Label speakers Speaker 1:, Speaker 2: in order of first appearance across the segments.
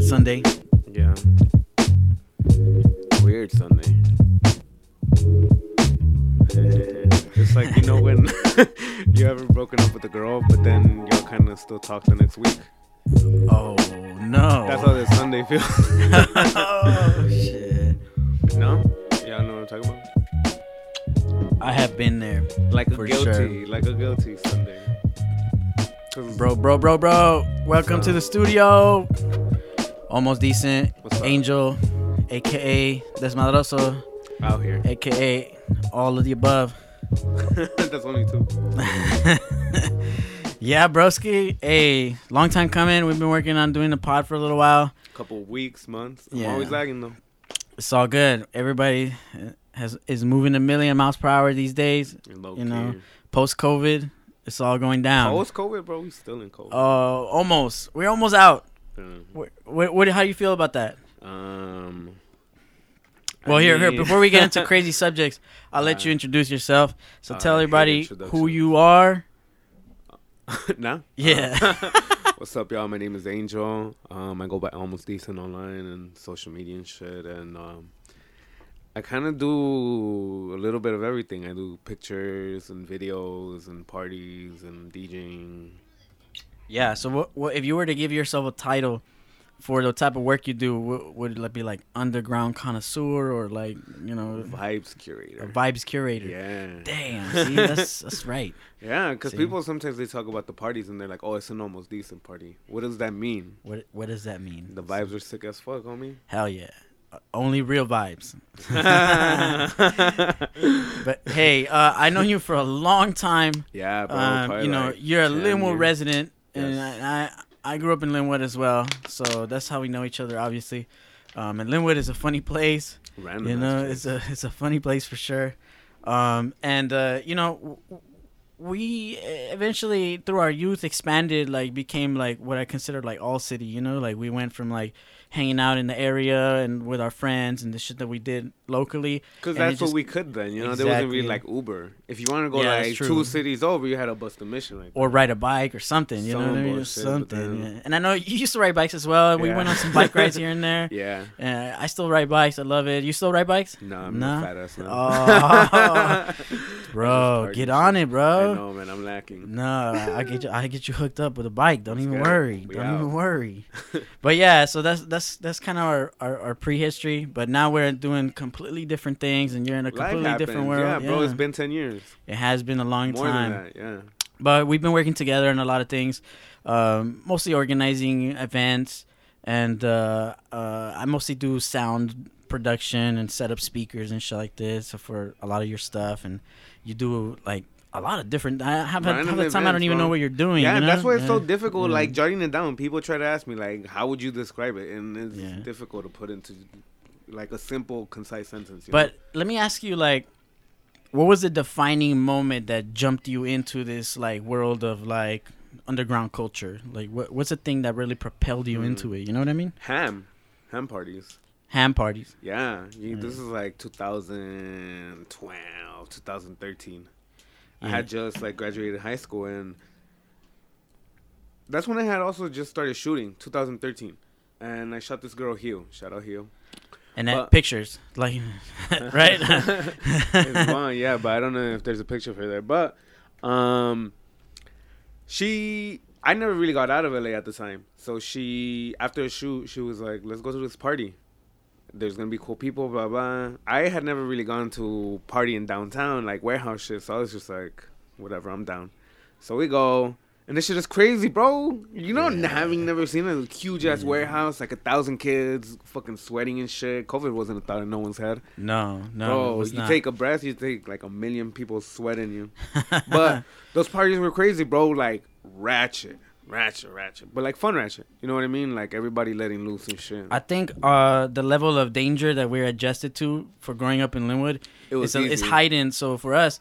Speaker 1: Sunday.
Speaker 2: Yeah. Weird Sunday. It's like you know when you haven't broken up with a girl, but then y'all kind of still talk the next week.
Speaker 1: Oh no.
Speaker 2: That's how this Sunday feels.
Speaker 1: oh shit.
Speaker 2: no? Y'all know what I'm talking about?
Speaker 1: I have been there.
Speaker 2: Like a
Speaker 1: For
Speaker 2: guilty,
Speaker 1: sure.
Speaker 2: like a guilty Sunday. 'Cause
Speaker 1: Bro, bro, bro, bro. Welcome to the studio. Almost decent.
Speaker 2: What's up?
Speaker 1: Angel, aka Desmadroso,
Speaker 2: out here.
Speaker 1: aka all of the above.
Speaker 2: That's only two.
Speaker 1: yeah, broski. Hey, long time coming. We've been working on doing the pod for a little while.
Speaker 2: Couple weeks, months. I'm
Speaker 1: Yeah.
Speaker 2: always lagging though.
Speaker 1: It's all good. Everybody has is moving a million miles per hour these days.
Speaker 2: Low
Speaker 1: You know, Um, Post COVID, it's all going down.
Speaker 2: Oh, it's COVID, bro. We still in COVID.
Speaker 1: Uh, almost. We're almost out.
Speaker 2: Mm.
Speaker 1: What, what, what, how do you feel about that?
Speaker 2: Um. I
Speaker 1: Well, here, here.
Speaker 2: mean-
Speaker 1: Before we get into crazy subjects, I'll let you introduce yourself. So
Speaker 2: Uh,
Speaker 1: tell
Speaker 2: I hate
Speaker 1: everybody who
Speaker 2: introductions.
Speaker 1: you are.
Speaker 2: nah.
Speaker 1: Yeah.
Speaker 2: What's up, y'all? My name is Angel. Um, I go by Almost Decent online and social media and shit. And um, I kind of do a little bit of everything. I do pictures and videos and parties and DJing.
Speaker 1: yeah. So, what, what if you were to give yourself a title for the type of work you do? What, would it be like underground connoisseur or like you know
Speaker 2: Vibes
Speaker 1: a
Speaker 2: curator.
Speaker 1: vibes curator?
Speaker 2: Yeah.
Speaker 1: Damn. See, that's that's right.
Speaker 2: Yeah, because
Speaker 1: See?
Speaker 2: people sometimes they talk about the parties and they're like, "Oh, it's an almost decent party." What does that mean?
Speaker 1: What what does that mean?
Speaker 2: The vibes are sick as fuck, homie.
Speaker 1: Hell yeah. Uh, Only real vibes. But hey, uh, I know you for a long time.
Speaker 2: yeah, bro.
Speaker 1: um,
Speaker 2: probably
Speaker 1: you know,
Speaker 2: like
Speaker 1: you're a
Speaker 2: 10
Speaker 1: Linwood
Speaker 2: years.
Speaker 1: resident, and
Speaker 2: Yes.
Speaker 1: I, I I grew up in Linwood as well, so that's how we know each other, obviously. Um, and Linwood is a funny place,
Speaker 2: Random
Speaker 1: you
Speaker 2: ass
Speaker 1: know.
Speaker 2: shit.
Speaker 1: It's a it's a funny place for sure. Um, and uh, you know, w- w- we eventually through our youth expanded, like became like what I considered like all city. You know, like we went from like hanging out in the area and with our friends and the shit that we did locally.
Speaker 2: Because
Speaker 1: and it
Speaker 2: that's what
Speaker 1: just-
Speaker 2: we could then, you know. There wasn't really like
Speaker 1: Exactly.
Speaker 2: Uber. If you want to go
Speaker 1: Yeah,
Speaker 2: like
Speaker 1: that's true.
Speaker 2: two cities over, you had to bust a mission. Like,
Speaker 1: or ride a bike or something. You know
Speaker 2: Some
Speaker 1: what I mean?
Speaker 2: bullshit, but
Speaker 1: something.
Speaker 2: then-
Speaker 1: yeah. And I know you used to ride bikes as well. We
Speaker 2: Yeah.
Speaker 1: went on some bike rides here and there.
Speaker 2: yeah,
Speaker 1: Uh, I still ride bikes. I love it. You still ride bikes?
Speaker 2: nah, I'm
Speaker 1: Nah.
Speaker 2: a fat ass man.
Speaker 1: Oh.
Speaker 2: I
Speaker 1: Bro,
Speaker 2: just
Speaker 1: get
Speaker 2: party
Speaker 1: on it,
Speaker 2: I
Speaker 1: bro.
Speaker 2: know, man. I'm lacking.
Speaker 1: No, I get you. I get you hooked up with a bike. Don't
Speaker 2: Let's
Speaker 1: even
Speaker 2: go.
Speaker 1: worry.
Speaker 2: We
Speaker 1: Don't
Speaker 2: out.
Speaker 1: even worry. but yeah, so that's that's that's kind of our, our our prehistory. But now we're doing completely different things, and you're in a
Speaker 2: Life
Speaker 1: completely
Speaker 2: happens.
Speaker 1: different world.
Speaker 2: Yeah, bro. It's
Speaker 1: Yeah.
Speaker 2: been ten years.
Speaker 1: It has been a long
Speaker 2: More
Speaker 1: time.
Speaker 2: than that. Yeah.
Speaker 1: but we've been working together on a lot of things, um, mostly organizing events, and uh, uh, I mostly do sound production and set up speakers and shit like this for a lot of your stuff, and you do like a lot of different. I have a, half
Speaker 2: Random
Speaker 1: the time I don't
Speaker 2: events,
Speaker 1: even know
Speaker 2: bro.
Speaker 1: what you're doing.
Speaker 2: yeah,
Speaker 1: you know?
Speaker 2: that's why it's so
Speaker 1: Yeah. Mm.
Speaker 2: difficult.
Speaker 1: Yeah.
Speaker 2: Like jotting it down. People try to ask me like, how would you describe it? And it's
Speaker 1: Yeah.
Speaker 2: difficult to put into like a simple, concise sentence. you know?
Speaker 1: But let me ask you, like, what was the defining moment that jumped you into this like world of like underground culture? Like, what what's the thing that really propelled you
Speaker 2: Hmm.
Speaker 1: into it? You know what I mean?
Speaker 2: ham, ham parties.
Speaker 1: Ham parties.
Speaker 2: Yeah, you, this is like 2012, 2013. I
Speaker 1: Yeah.
Speaker 2: had just like graduated high school, and that's when I had also just started shooting, 2013. And I shot this girl, Heel. Shout out Heel.
Speaker 1: and that
Speaker 2: But-
Speaker 1: pictures like right
Speaker 2: It's Vaughn, yeah, but I don't know if there's a picture of her there. But um, she, I never really got out of LA at the time. So she, after a shoot, she was like, "Let's go to this party. There's gonna be cool people." Blah blah. I had never really gone to party in downtown, like warehouse shit. So I was just like, "Whatever, I'm down." So we go. And this shit is crazy, bro. You know,
Speaker 1: Yeah.
Speaker 2: having never seen a huge ass warehouse, like a thousand kids, fucking sweating and shit. COVID wasn't a thought in no one's head.
Speaker 1: no no it
Speaker 2: Bro,
Speaker 1: was
Speaker 2: you
Speaker 1: not.
Speaker 2: take a breath, you take like a million people sweating you. But those parties were crazy, bro. Like ratchet, ratchet, ratchet. But like fun ratchet. You know what I mean? Like everybody letting loose and shit.
Speaker 1: I think uh, the level of danger that we're adjusted to for growing up in Linwood
Speaker 2: It was
Speaker 1: is, is
Speaker 2: easy.
Speaker 1: heightened. So for us,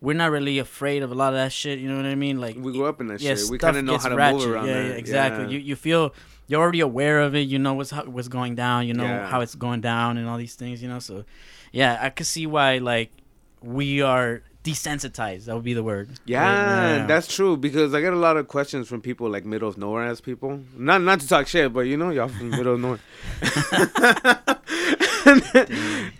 Speaker 1: we're not really afraid of a lot of that shit. You know what I mean? Like
Speaker 2: we grew up in that
Speaker 1: yeah,
Speaker 2: shit. We
Speaker 1: stuff
Speaker 2: kind of know
Speaker 1: gets
Speaker 2: how to
Speaker 1: ratchet.
Speaker 2: move around.
Speaker 1: yeah,
Speaker 2: that.
Speaker 1: yeah, exactly.
Speaker 2: Yeah.
Speaker 1: You you feel you're already aware of it. You know what's how, what's going down. You know
Speaker 2: Yeah.
Speaker 1: how it's going down and all these things. You know, so yeah, I could see why like we are desensitized. That would be the word.
Speaker 2: Yeah, that's true because I get a lot of questions from people like middle of nowhere ass people. Not not to talk shit, but you know y'all from middle of nowhere.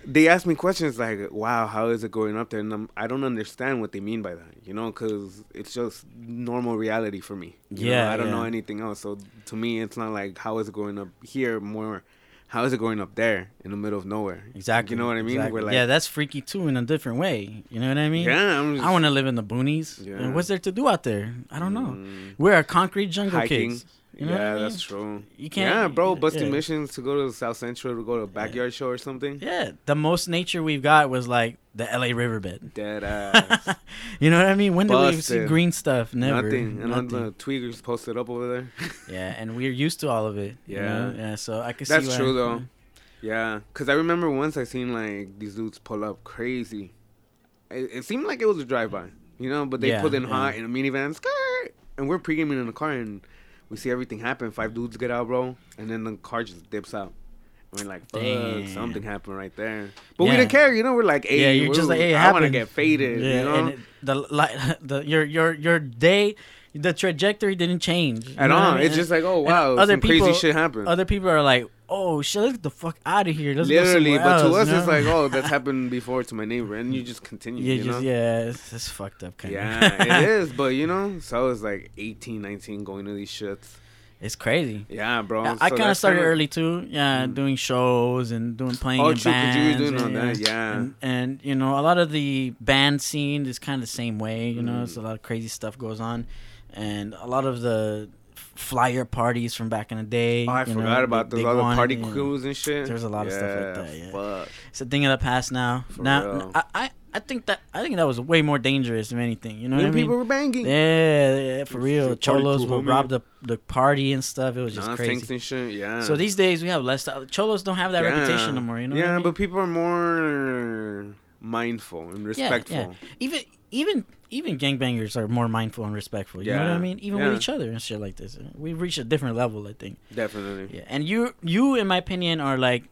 Speaker 2: they ask me questions like, "Wow, how is it going up there?" And I'm, I don't understand what they mean by that, you know, because it's just normal reality for me. you know?
Speaker 1: Yeah,
Speaker 2: I don't know
Speaker 1: yeah.
Speaker 2: anything else. So to me, it's not like how is it going up here more. How is it going up there in the middle of nowhere?
Speaker 1: exactly.
Speaker 2: You know what I mean?
Speaker 1: exactly.
Speaker 2: We're like,
Speaker 1: yeah, that's freaky too in a different way. You know what I mean?
Speaker 2: yeah. I'm
Speaker 1: I want to live in the boonies.
Speaker 2: Yeah.
Speaker 1: And what's there to do out there? I don't know.
Speaker 2: Mm.
Speaker 1: We are concrete jungle
Speaker 2: Hiking.
Speaker 1: kids. You know what
Speaker 2: yeah,
Speaker 1: I mean?
Speaker 2: that's true.
Speaker 1: You can't-
Speaker 2: Yeah, bro, busting
Speaker 1: yeah.
Speaker 2: missions to go to South Central to go to a backyard show or something.
Speaker 1: Yeah, the most nature we've got was like the LA riverbed.
Speaker 2: Dead ass.
Speaker 1: you know what I mean? When do we see
Speaker 2: Busted.
Speaker 1: green stuff? Never.
Speaker 2: Nothing. And on
Speaker 1: Nothing.
Speaker 2: the tweakers posted up over there.
Speaker 1: Yeah, and we're used to all of it. you
Speaker 2: Yeah.
Speaker 1: know? Yeah, so I could see
Speaker 2: That's
Speaker 1: why-
Speaker 2: true though. Yeah, cause I remember once I seen like these dudes pull up crazy. It, it seemed like it was a drive by, you know. But they
Speaker 1: Yeah,
Speaker 2: pulled in
Speaker 1: yeah.
Speaker 2: hot in a minivan, skirt, and we're pre-gaming in the car, and we see everything happen. Five dudes get out, bro, and then the car just dips out. And we're like, fuck,
Speaker 1: Damn.
Speaker 2: something happened right there. But
Speaker 1: Yeah.
Speaker 2: we didn't care, you know. We're like, hey,
Speaker 1: Yeah, you're
Speaker 2: we're-
Speaker 1: just like, hey, it
Speaker 2: I want to
Speaker 1: happened.
Speaker 2: get faded,
Speaker 1: Yeah,
Speaker 2: you know.
Speaker 1: and it, the li- the your your your day, the trajectory didn't change you
Speaker 2: At
Speaker 1: know what
Speaker 2: all,
Speaker 1: I mean?
Speaker 2: it's just like, oh
Speaker 1: and
Speaker 2: wow,
Speaker 1: other
Speaker 2: some
Speaker 1: people-
Speaker 2: crazy shit happened.
Speaker 1: other people are like, oh shit, let's get the fuck out of here. Let's go
Speaker 2: Literally,
Speaker 1: somewhere
Speaker 2: but to
Speaker 1: else,"
Speaker 2: us,
Speaker 1: you know?
Speaker 2: it's like, oh, that's happened before to my neighbor, and you just continue.
Speaker 1: yeah,
Speaker 2: you know?
Speaker 1: just yeah, it's, it's fucked up kind
Speaker 2: Yeah,
Speaker 1: of.
Speaker 2: it is, but you know, so I was like 18, 19 going to these shits.
Speaker 1: It's crazy.
Speaker 2: Yeah, bro.
Speaker 1: I- I
Speaker 2: Oh, so
Speaker 1: kind of
Speaker 2: that's
Speaker 1: started
Speaker 2: kinda-
Speaker 1: early too. Yeah, doing shows and doing playing
Speaker 2: Oh,
Speaker 1: in
Speaker 2: true, 'cause
Speaker 1: bands.
Speaker 2: you were doing all
Speaker 1: and,
Speaker 2: that, yeah.
Speaker 1: And, and, you know, a lot of the band scene is kind of the same way. You know,
Speaker 2: Mm.
Speaker 1: it's a lot of crazy stuff goes on, and a lot of the flyer parties from back in the day.
Speaker 2: Oh, I
Speaker 1: you know,
Speaker 2: forgot about
Speaker 1: they-
Speaker 2: those
Speaker 1: they
Speaker 2: other
Speaker 1: go on
Speaker 2: party
Speaker 1: and-
Speaker 2: crews and shit.
Speaker 1: There's a lot of stuff like that, yeah.
Speaker 2: Fuck.
Speaker 1: It's a thing of the past now. now,
Speaker 2: real.
Speaker 1: I, I I think that I think that was way more dangerous than anything. You know what I
Speaker 2: And
Speaker 1: mean?
Speaker 2: people were banging.
Speaker 1: Yeah, yeah, for
Speaker 2: It's
Speaker 1: real.
Speaker 2: your party
Speaker 1: Cholos
Speaker 2: crew,
Speaker 1: will
Speaker 2: homie.
Speaker 1: rob the the party and stuff. It was just
Speaker 2: Nah,
Speaker 1: crazy.
Speaker 2: tanks and shit. Yeah.
Speaker 1: So these days we have less. Cholos don't have that
Speaker 2: Mm. Yeah.
Speaker 1: reputation no more. You know. what
Speaker 2: Yeah,
Speaker 1: I mean?
Speaker 2: but people are more mindful and respectful.
Speaker 1: Even even even gangbangers are more mindful and respectful. You know what I
Speaker 2: Yeah.
Speaker 1: mean? Even
Speaker 2: Yeah.
Speaker 1: with each other and shit like this. We've reached a different level, I think.
Speaker 2: Definitely.
Speaker 1: Yeah. And you you in my opinion are like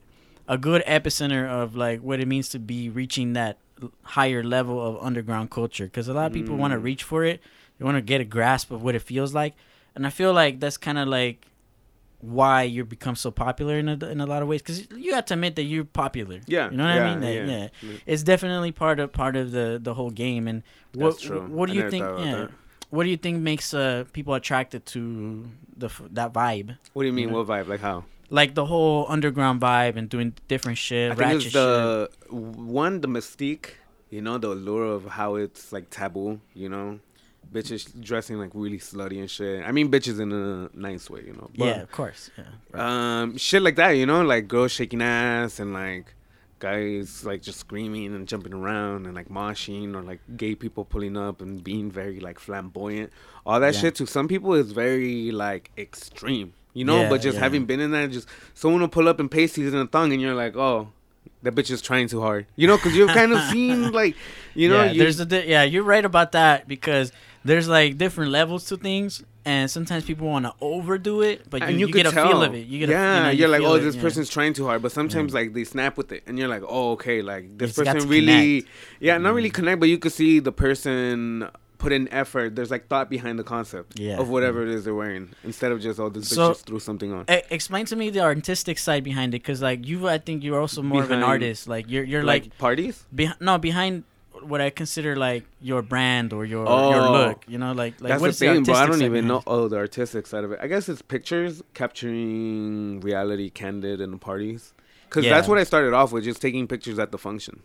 Speaker 1: a good epicenter of like what it means to be reaching that l- higher level of underground culture cuz a lot of people want to
Speaker 2: Mm.
Speaker 1: reach for it. They want to get a grasp of what it feels like. And I feel like that's kind of like why you become so popular in a, in a lot of ways cuz you have to admit that you're popular.
Speaker 2: Yeah.
Speaker 1: You know what
Speaker 2: yeah,
Speaker 1: I mean? That-
Speaker 2: Yeah.
Speaker 1: yeah it's definitely part of part of the the whole game and what
Speaker 2: That's true.
Speaker 1: what do
Speaker 2: I
Speaker 1: you
Speaker 2: never
Speaker 1: think
Speaker 2: thought about
Speaker 1: yeah
Speaker 2: that.
Speaker 1: what do you think makes uh people attracted to the f- that vibe
Speaker 2: What do you mean?
Speaker 1: Yeah.
Speaker 2: What vibe? Like how?
Speaker 1: like the whole underground vibe and doing different shit
Speaker 2: I think
Speaker 1: ratchet
Speaker 2: it's the one the mystique, you know, the allure of how it's like taboo, you know, bitches dressing like really slutty and shit. I mean, bitches in a nice way, you know.
Speaker 1: shit yeah of course yeah right.
Speaker 2: Um, shit like that, you know, like girls shaking ass and like guys like just screaming and jumping around and like moshing or like gay people pulling up and being very like flamboyant. All that
Speaker 1: Yeah.
Speaker 2: shit to some people is very like extreme, you know.
Speaker 1: Yeah,
Speaker 2: but just
Speaker 1: yeah.
Speaker 2: having been in that, just someone will pull up and pasties in a thong, and you're like, oh. That bitch is trying too hard, you know, because you've kind of seen like, you know,
Speaker 1: yeah,
Speaker 2: you,
Speaker 1: there's a di- yeah you're right about that because there's like different levels to things and sometimes people want to overdo it but you, you,
Speaker 2: could
Speaker 1: get a feel of it you get
Speaker 2: yeah,
Speaker 1: a, you know, you
Speaker 2: are like,
Speaker 1: feel
Speaker 2: oh,
Speaker 1: it,
Speaker 2: this
Speaker 1: yeah.
Speaker 2: person's trying too hard, but sometimes like they snap with it, and you're like, oh, okay, like this
Speaker 1: It's got
Speaker 2: person
Speaker 1: to Mm.
Speaker 2: really, yeah, not really connect, but you could see the person put in effort. There's like thought behind the concept
Speaker 1: Yeah.
Speaker 2: of whatever it is they're wearing, instead of just oh, this bitch
Speaker 1: So-
Speaker 2: just threw something on.
Speaker 1: E- explain to me the artistic side behind it because like you i think you're also more of an
Speaker 2: Behind-
Speaker 1: artist like you're you're like,
Speaker 2: parties.
Speaker 1: behind no behind what I consider like your brand or your your
Speaker 2: Oh.
Speaker 1: look. You know, like like
Speaker 2: That's
Speaker 1: what's
Speaker 2: the thing, bro. I
Speaker 1: artistic
Speaker 2: don't
Speaker 1: side
Speaker 2: even
Speaker 1: behind
Speaker 2: know.
Speaker 1: it?
Speaker 2: Oh, the artistic side of it. I guess it's pictures capturing reality, candid, in the parties. Because that's
Speaker 1: Yeah.
Speaker 2: what I started off with, just taking pictures at the function.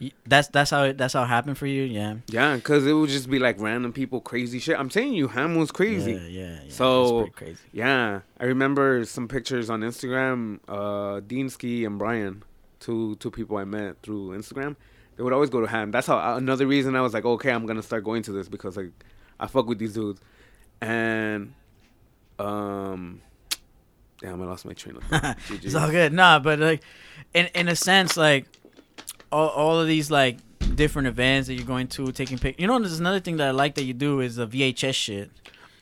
Speaker 1: Y- That's that's how it, that's how it happened for you. Yeah.
Speaker 2: Yeah, because it would just be like random people, crazy shit. I'm telling you, Ham was crazy.
Speaker 1: Yeah,
Speaker 2: Yeah.
Speaker 1: yeah, yeah.
Speaker 2: So-
Speaker 1: That's pretty crazy.
Speaker 2: I remember some pictures on Instagram. Uh, Deansky and Brian, two two people I met through Instagram, they would always go to Ham. That's how uh, another reason I was like, okay, I'm gonna start going to this because like I fuck with these dudes, and um, damn, I lost my train of thought. GG.
Speaker 1: It's all good. Nah, but like, in in a sense, like all all of these like different events that you're going to taking pic. You know, there's another thing that I like that you do is the VHS shit.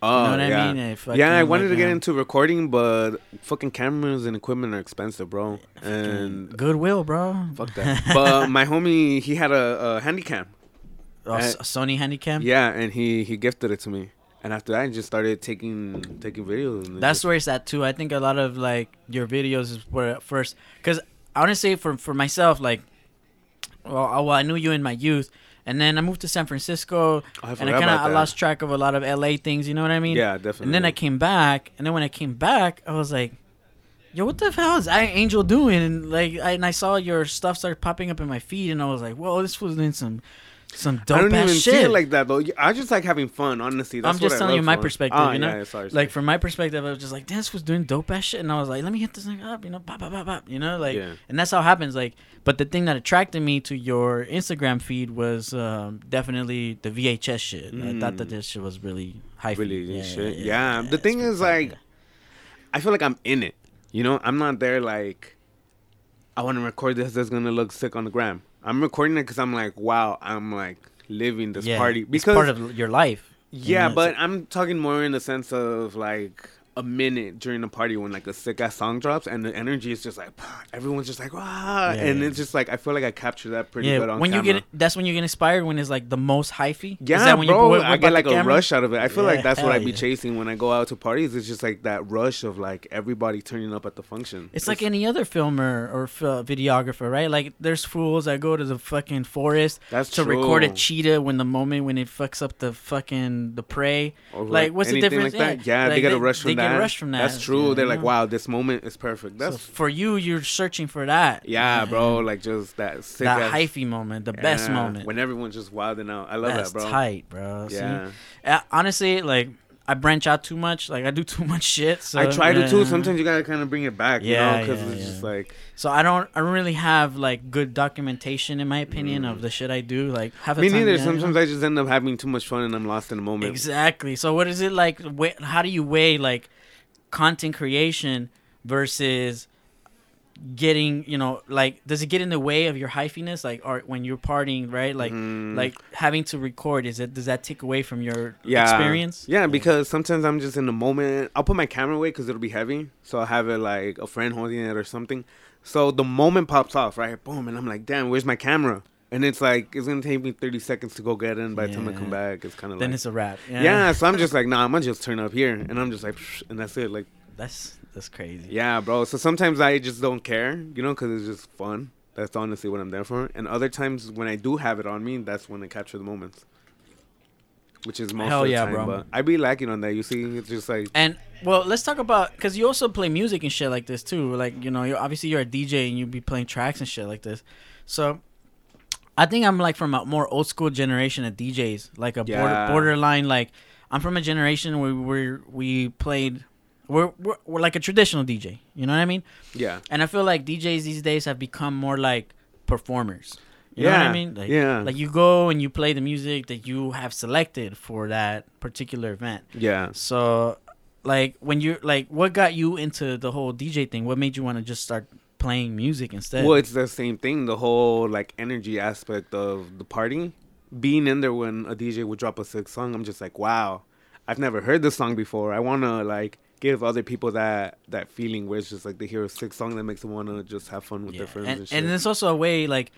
Speaker 2: Oh,
Speaker 1: what I
Speaker 2: yeah.
Speaker 1: mean? If I
Speaker 2: yeah, I
Speaker 1: can,
Speaker 2: wanted
Speaker 1: like,
Speaker 2: to get
Speaker 1: um,
Speaker 2: into recording, but fucking cameras and equipment are expensive, bro. And
Speaker 1: Goodwill, bro.
Speaker 2: Fuck that. but my homie, he had a, a handy cam.
Speaker 1: Oh, S- Sony Handycam.
Speaker 2: Yeah, and he he gifted it to me. And after that, I just started taking taking videos. and
Speaker 1: That's
Speaker 2: just-
Speaker 1: where it's at too. I think a lot of like your videos is where at first, because honestly, for for myself, like, well, I, well, I knew you in my youth, and then I moved to San Francisco,
Speaker 2: I
Speaker 1: and I kind
Speaker 2: forgot
Speaker 1: of
Speaker 2: about
Speaker 1: I
Speaker 2: that.
Speaker 1: lost track of a lot of LA things. You know what I mean?
Speaker 2: Yeah, definitely.
Speaker 1: And then I came back, and then when I came back, I was like, "Yo, what the hell is I Angel doing?" And like, I, and I saw your stuff start popping up in my feed, and I was like, "Whoa, this was in some some dope
Speaker 2: I don't
Speaker 1: ass
Speaker 2: even
Speaker 1: shit."
Speaker 2: see it like that though. I just like having fun, honestly. That's
Speaker 1: I'm just
Speaker 2: what I
Speaker 1: telling you
Speaker 2: love
Speaker 1: my
Speaker 2: for.
Speaker 1: perspective,
Speaker 2: Ah,
Speaker 1: you know?
Speaker 2: yeah, sorry, sorry.
Speaker 1: like from my perspective, I was just like, "Damn, this was doing dope ass shit," and I was like, "Let me hit this thing up," you know, bop, bop, bop, bop, you know, like,
Speaker 2: Yeah.
Speaker 1: and that's how it happens. Like, but the thing that attracted me to your Instagram feed was um, definitely the VHS shit. I thought that
Speaker 2: Mm.
Speaker 1: this shit was really high.
Speaker 2: really shit. Yeah, the thing is like, I feel like I'm in it. You know, I'm not there like, I want to record this. That's gonna look sick on the gram. I'm recording it because I'm like, wow, I'm like living this party
Speaker 1: it's
Speaker 2: because
Speaker 1: part of your life. you
Speaker 2: Yeah,
Speaker 1: know, it's
Speaker 2: but
Speaker 1: like-
Speaker 2: I'm talking more in the sense of like a minute during the party when like a sick ass song drops and the energy is just like everyone's just like wow,
Speaker 1: Yeah,
Speaker 2: and
Speaker 1: yeah.
Speaker 2: it's just like I feel like I capture that pretty good
Speaker 1: yeah,
Speaker 2: on
Speaker 1: when you
Speaker 2: camera.
Speaker 1: get that's when you get inspired when it's like the most hyphy. Is
Speaker 2: yeah,
Speaker 1: that when
Speaker 2: bro,
Speaker 1: whip- whip
Speaker 2: I
Speaker 1: out
Speaker 2: get
Speaker 1: the
Speaker 2: like a
Speaker 1: camera?
Speaker 2: rush out of it. I feel
Speaker 1: Yeah,
Speaker 2: like that's what
Speaker 1: hell
Speaker 2: I be
Speaker 1: yeah.
Speaker 2: chasing when I go out to parties. It's just like that rush of like everybody turning up at the function.
Speaker 1: It's like any other filmer or f- uh, videographer, right? Like there's fools that go to the fucking forest
Speaker 2: That's
Speaker 1: to record a
Speaker 2: true.
Speaker 1: cheetah when the moment when it fucks up the fucking the prey.
Speaker 2: Or,
Speaker 1: like what's the
Speaker 2: anything
Speaker 1: difference?
Speaker 2: Like that? Yeah, they
Speaker 1: like,
Speaker 2: get a rush from
Speaker 1: they
Speaker 2: that.
Speaker 1: get a rush from that.
Speaker 2: That's true.
Speaker 1: yeah,
Speaker 2: They're
Speaker 1: you
Speaker 2: like,
Speaker 1: know?
Speaker 2: wow, this moment is perfect.
Speaker 1: So
Speaker 2: That's
Speaker 1: for you, you're searching for that.
Speaker 2: yeah,
Speaker 1: you know,
Speaker 2: bro. Like just that sick
Speaker 1: That
Speaker 2: ass-
Speaker 1: hyphy moment, the best
Speaker 2: Yeah,
Speaker 1: moment.
Speaker 2: when everyone's just wilding out. I love
Speaker 1: That's
Speaker 2: that, bro.
Speaker 1: tight, bro.
Speaker 2: Yeah.
Speaker 1: See? Uh, honestly, like I branch out too much. Like I do too much shit. So
Speaker 2: I try to too.
Speaker 1: yeah.
Speaker 2: Sometimes you gotta kind of bring it back,
Speaker 1: Yeah,
Speaker 2: you know, because
Speaker 1: yeah,
Speaker 2: it's just
Speaker 1: yeah.
Speaker 2: like
Speaker 1: So I don't, I don't really have like good documentation, in my opinion, of the shit I do. Like, half the
Speaker 2: Mm. me
Speaker 1: time,
Speaker 2: neither.
Speaker 1: yeah, I don't-
Speaker 2: Sometimes I just end up having too much fun and I'm lost in the moment.
Speaker 1: exactly. So what is it like? Wh- how do you weigh like content creation versus getting, you know, like does it get in the way of your hyphiness? Like, or when you're partying, right? Like,
Speaker 2: Mm.
Speaker 1: like having to record is it? Does that take away from your
Speaker 2: yeah.
Speaker 1: experience?
Speaker 2: Yeah, because sometimes I'm just in the moment. I'll put my camera away because it'll be heavy, so I'll have it like a friend holding it or something. So the moment pops off, right? Boom, and I'm like, damn, where's my camera? And it's like it's gonna take me 30 seconds to go get it, and by the time I
Speaker 1: Yeah.
Speaker 2: come back, it's kind of
Speaker 1: Then
Speaker 2: like.
Speaker 1: it's a wrap. Yeah,
Speaker 2: yeah. so I'm just like, nah, I'm gonna just turn up here, and I'm just like, and that's it. Like,
Speaker 1: that's that's crazy.
Speaker 2: Yeah, bro. So sometimes I just don't care, you know, because it's just fun. That's honestly what I'm there for. And other times when I do have it on me, that's when I capture the moments, which is most
Speaker 1: Hell
Speaker 2: of the
Speaker 1: yeah,
Speaker 2: time.
Speaker 1: bro.
Speaker 2: But I be lacking on that. You see, it's just like
Speaker 1: And well, let's talk about because you also play music and shit like this too. Like you know, you're obviously you're a DJ and you be playing tracks and shit like this. So, I think I'm like from a more old school generation of DJs, like a border,
Speaker 2: Yeah.
Speaker 1: borderline. Like I'm from a generation where we we played. We're, we're, we're like a traditional DJ, you know what I mean?
Speaker 2: yeah,
Speaker 1: And I feel like DJs these days have become more like performers. You know what I
Speaker 2: Yeah,
Speaker 1: mean? Like,
Speaker 2: yeah.
Speaker 1: Like you go and you play the music that you have selected for that particular event.
Speaker 2: yeah.
Speaker 1: So, like, when you're like, what got you into the whole DJ thing? What made you want to just start playing music instead?
Speaker 2: Well, it's the same thing. The whole like energy aspect of the party, being in there when a DJ would drop a sick song, I'm just like, wow, I've never heard this song before. I wanna like give other people that that feeling where it's just like they hear a sick song that makes them wanna just have fun with
Speaker 1: Yeah.
Speaker 2: their friends and,
Speaker 1: and,
Speaker 2: shit.
Speaker 1: and it's also a way like.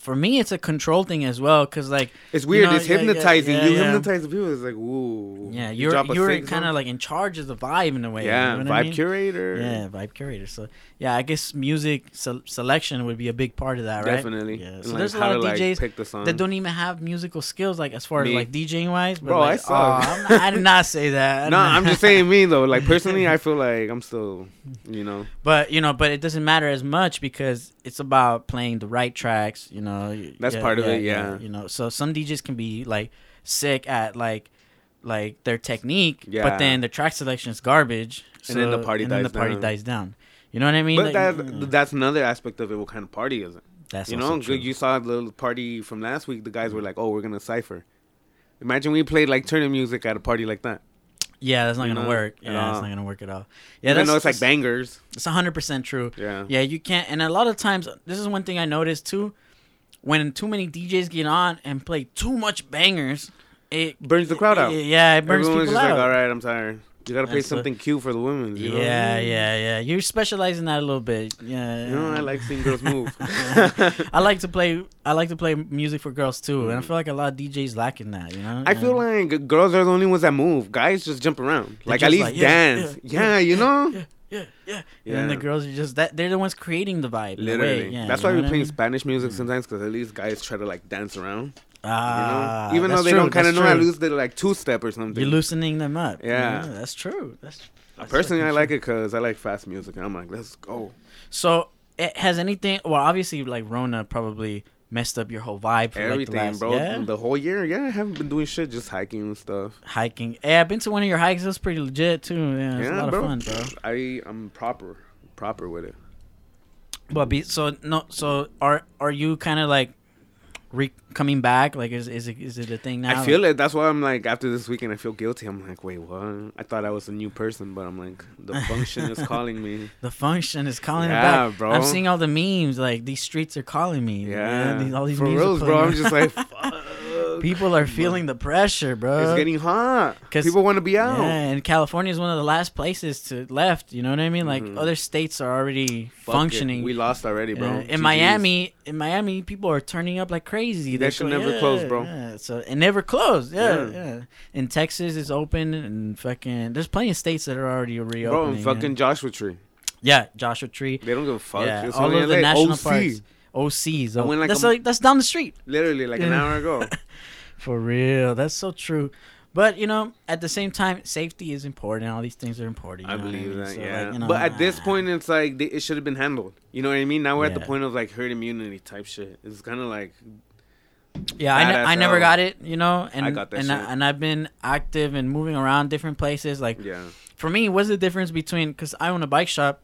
Speaker 1: For me, it's a control thing as well, cause like
Speaker 2: It's
Speaker 1: you
Speaker 2: weird.
Speaker 1: know,
Speaker 2: it's
Speaker 1: yeah, yeah,
Speaker 2: hypnotizing.
Speaker 1: yeah,
Speaker 2: you
Speaker 1: yeah.
Speaker 2: hypnotize the people. It's like, ooh.
Speaker 1: yeah,
Speaker 2: You
Speaker 1: you're
Speaker 2: drop a
Speaker 1: you are
Speaker 2: sick
Speaker 1: kind
Speaker 2: song.
Speaker 1: of like in charge of the vibe in a way. you
Speaker 2: yeah,
Speaker 1: know what
Speaker 2: vibe
Speaker 1: I mean?
Speaker 2: curator.
Speaker 1: Yeah, vibe curator. So yeah, I guess music se- selection would be a big part of that, right?
Speaker 2: definitely.
Speaker 1: Yeah.
Speaker 2: And,
Speaker 1: So
Speaker 2: like,
Speaker 1: there's a
Speaker 2: how
Speaker 1: lot of
Speaker 2: to, like,
Speaker 1: DJs
Speaker 2: pick the song.
Speaker 1: that don't even have musical skills, like as far as
Speaker 2: Me.
Speaker 1: like DJing wise. But
Speaker 2: Bro, I
Speaker 1: like,
Speaker 2: suck.
Speaker 1: aw, I'm not- I did not say that.
Speaker 2: No, I'm just saying me though. Like personally, I feel like I'm still, you know.
Speaker 1: But you know, but it doesn't matter as much because it's about playing the right tracks. You know, y-
Speaker 2: That's part of it, yeah.
Speaker 1: You know, so some DJs can be like sick at like like their technique,
Speaker 2: Yeah.
Speaker 1: but then the track selection is garbage,
Speaker 2: And then the party
Speaker 1: and then
Speaker 2: dies
Speaker 1: the party
Speaker 2: down.
Speaker 1: dies down. You know what I mean? Like,
Speaker 2: But that
Speaker 1: mm,
Speaker 2: that's another aspect of it. What kind of party is it?
Speaker 1: that's
Speaker 2: you
Speaker 1: also
Speaker 2: know,
Speaker 1: true. Mm.
Speaker 2: you saw the little party from last week. The guys were like, "Oh, we're gonna cipher." Imagine we played like turning music at a party like that.
Speaker 1: yeah, that's not
Speaker 2: you
Speaker 1: gonna
Speaker 2: know,
Speaker 1: work. Yeah,
Speaker 2: at
Speaker 1: that's
Speaker 2: all.
Speaker 1: not gonna work at all.
Speaker 2: Yeah,
Speaker 1: Yeah,
Speaker 2: Even
Speaker 1: that's
Speaker 2: though it's like
Speaker 1: that's-
Speaker 2: bangers.
Speaker 1: It's 100% true.
Speaker 2: Yeah.
Speaker 1: Yeah, you can't. And a lot of times, this is one thing I noticed too. When too many DJs get on and play too much bangers, it
Speaker 2: Burns the crowd out.
Speaker 1: Yeah, it burns
Speaker 2: Everyone's
Speaker 1: people
Speaker 2: just
Speaker 1: out.
Speaker 2: like, "All right, I'm tired." You gotta pay
Speaker 1: That's what-
Speaker 2: something cute for the women. You know?
Speaker 1: yeah, yeah, yeah. You're specializing that a little bit. Yeah.
Speaker 2: You know, I like seeing girls move.
Speaker 1: I like to play. I like to play music for girls too, and I feel like a lot of DJs lacking that. You know.
Speaker 2: Mm. I feel
Speaker 1: And-
Speaker 2: like g- girls are the only ones that move. Guys just jump around. Like
Speaker 1: just
Speaker 2: at least
Speaker 1: like, yeah,
Speaker 2: dance.
Speaker 1: yeah,
Speaker 2: Yeah, you know.
Speaker 1: yeah, yeah. And then the
Speaker 2: Yeah.
Speaker 1: girls are just that they're the ones creating the vibe. in a way,
Speaker 2: Literally.
Speaker 1: yeah,
Speaker 2: that's
Speaker 1: you
Speaker 2: why
Speaker 1: know
Speaker 2: we
Speaker 1: what I
Speaker 2: play
Speaker 1: mean? Hmm.
Speaker 2: Spanish music sometimes because at least guys try to like dance around. You know?
Speaker 1: Ah,
Speaker 2: Even though
Speaker 1: that's
Speaker 2: they
Speaker 1: true,
Speaker 2: don't kind of
Speaker 1: that's
Speaker 2: know, at
Speaker 1: true.
Speaker 2: least they're like two step or something.
Speaker 1: You're loosening them up.
Speaker 2: Yeah.
Speaker 1: that's true. That's, that's
Speaker 2: Personally, I
Speaker 1: fucking
Speaker 2: like it because I like fast music, and I'm like, let's go.
Speaker 1: true. So, it has anything? Well, obviously, like Rona probably messed up your whole vibe. For,
Speaker 2: Everything,
Speaker 1: like, the last,
Speaker 2: bro.
Speaker 1: Yeah?
Speaker 2: The whole year, yeah, I haven't been doing shit, just hiking and stuff.
Speaker 1: hiking. Yeah, I've been to one of your hikes. It was pretty legit too. Yeah, it's
Speaker 2: yeah,
Speaker 1: a lot
Speaker 2: bro.
Speaker 1: of fun, bro.
Speaker 2: I I'm proper, proper with it.
Speaker 1: But be, so no, so are are you kind of like re- coming back? Like, is is it, is it a thing now?
Speaker 2: I feel it. That's why I'm like, after this weekend, I feel guilty. I'm like, wait, what? I thought I was a new person, but I'm like, the function is calling me.
Speaker 1: The function is calling
Speaker 2: Yeah,
Speaker 1: it back.
Speaker 2: bro.
Speaker 1: I'm seeing all the memes. Like these streets are calling me.
Speaker 2: Yeah,
Speaker 1: man. These- all these
Speaker 2: for
Speaker 1: memes are
Speaker 2: reals,
Speaker 1: putting
Speaker 2: bro. I'm
Speaker 1: me-
Speaker 2: just like, fuck.
Speaker 1: people are feeling the pressure, bro.
Speaker 2: It's getting hot.
Speaker 1: uh, 'Cause-
Speaker 2: People want to be out.
Speaker 1: yeah, and California is one of the last places to left. You know what I mean? Like
Speaker 2: Mhm.
Speaker 1: other states are already
Speaker 2: Fuck it.
Speaker 1: functioning.
Speaker 2: We lost already, bro.
Speaker 1: Yeah.
Speaker 2: GGs.
Speaker 1: in Miami, in Miami, people are turning up like crazy.
Speaker 2: That
Speaker 1: They're
Speaker 2: should
Speaker 1: going-
Speaker 2: never close, bro.
Speaker 1: Yeah. So it never closed. Yeah, yeah,
Speaker 2: Yeah.
Speaker 1: In Texas, it's open and fucking. There's plenty of states that are already reopening.
Speaker 2: bro, and
Speaker 1: yeah.
Speaker 2: fucking Joshua Tree.
Speaker 1: yeah, Joshua Tree.
Speaker 2: They don't give a fuck.
Speaker 1: yeah,
Speaker 2: It's
Speaker 1: all
Speaker 2: only
Speaker 1: of the
Speaker 2: LA.
Speaker 1: national
Speaker 2: OC.
Speaker 1: parks. OCs.
Speaker 2: I went like
Speaker 1: that's
Speaker 2: a-
Speaker 1: like that's down the street.
Speaker 2: Literally, like an
Speaker 1: Yeah.
Speaker 2: hour ago.
Speaker 1: For real, that's so true. But you know, at the same time, safety is important. All these things are important. you
Speaker 2: I
Speaker 1: know what
Speaker 2: believe
Speaker 1: mean?
Speaker 2: that,
Speaker 1: So,
Speaker 2: yeah.
Speaker 1: like, you know,
Speaker 2: but at this
Speaker 1: ah,
Speaker 2: point, it's like they, it should have been handled. You know what I mean? Now we're at the
Speaker 1: Yeah.
Speaker 2: point of like herd immunity type shit. It's kind of like
Speaker 1: yeah, I, ne-
Speaker 2: badass
Speaker 1: I never
Speaker 2: out.
Speaker 1: got it. You know, and
Speaker 2: I got that
Speaker 1: and
Speaker 2: shit.
Speaker 1: I, and I've been active and moving around different places. Like
Speaker 2: yeah,
Speaker 1: for me, what's the difference between because I own a bike shop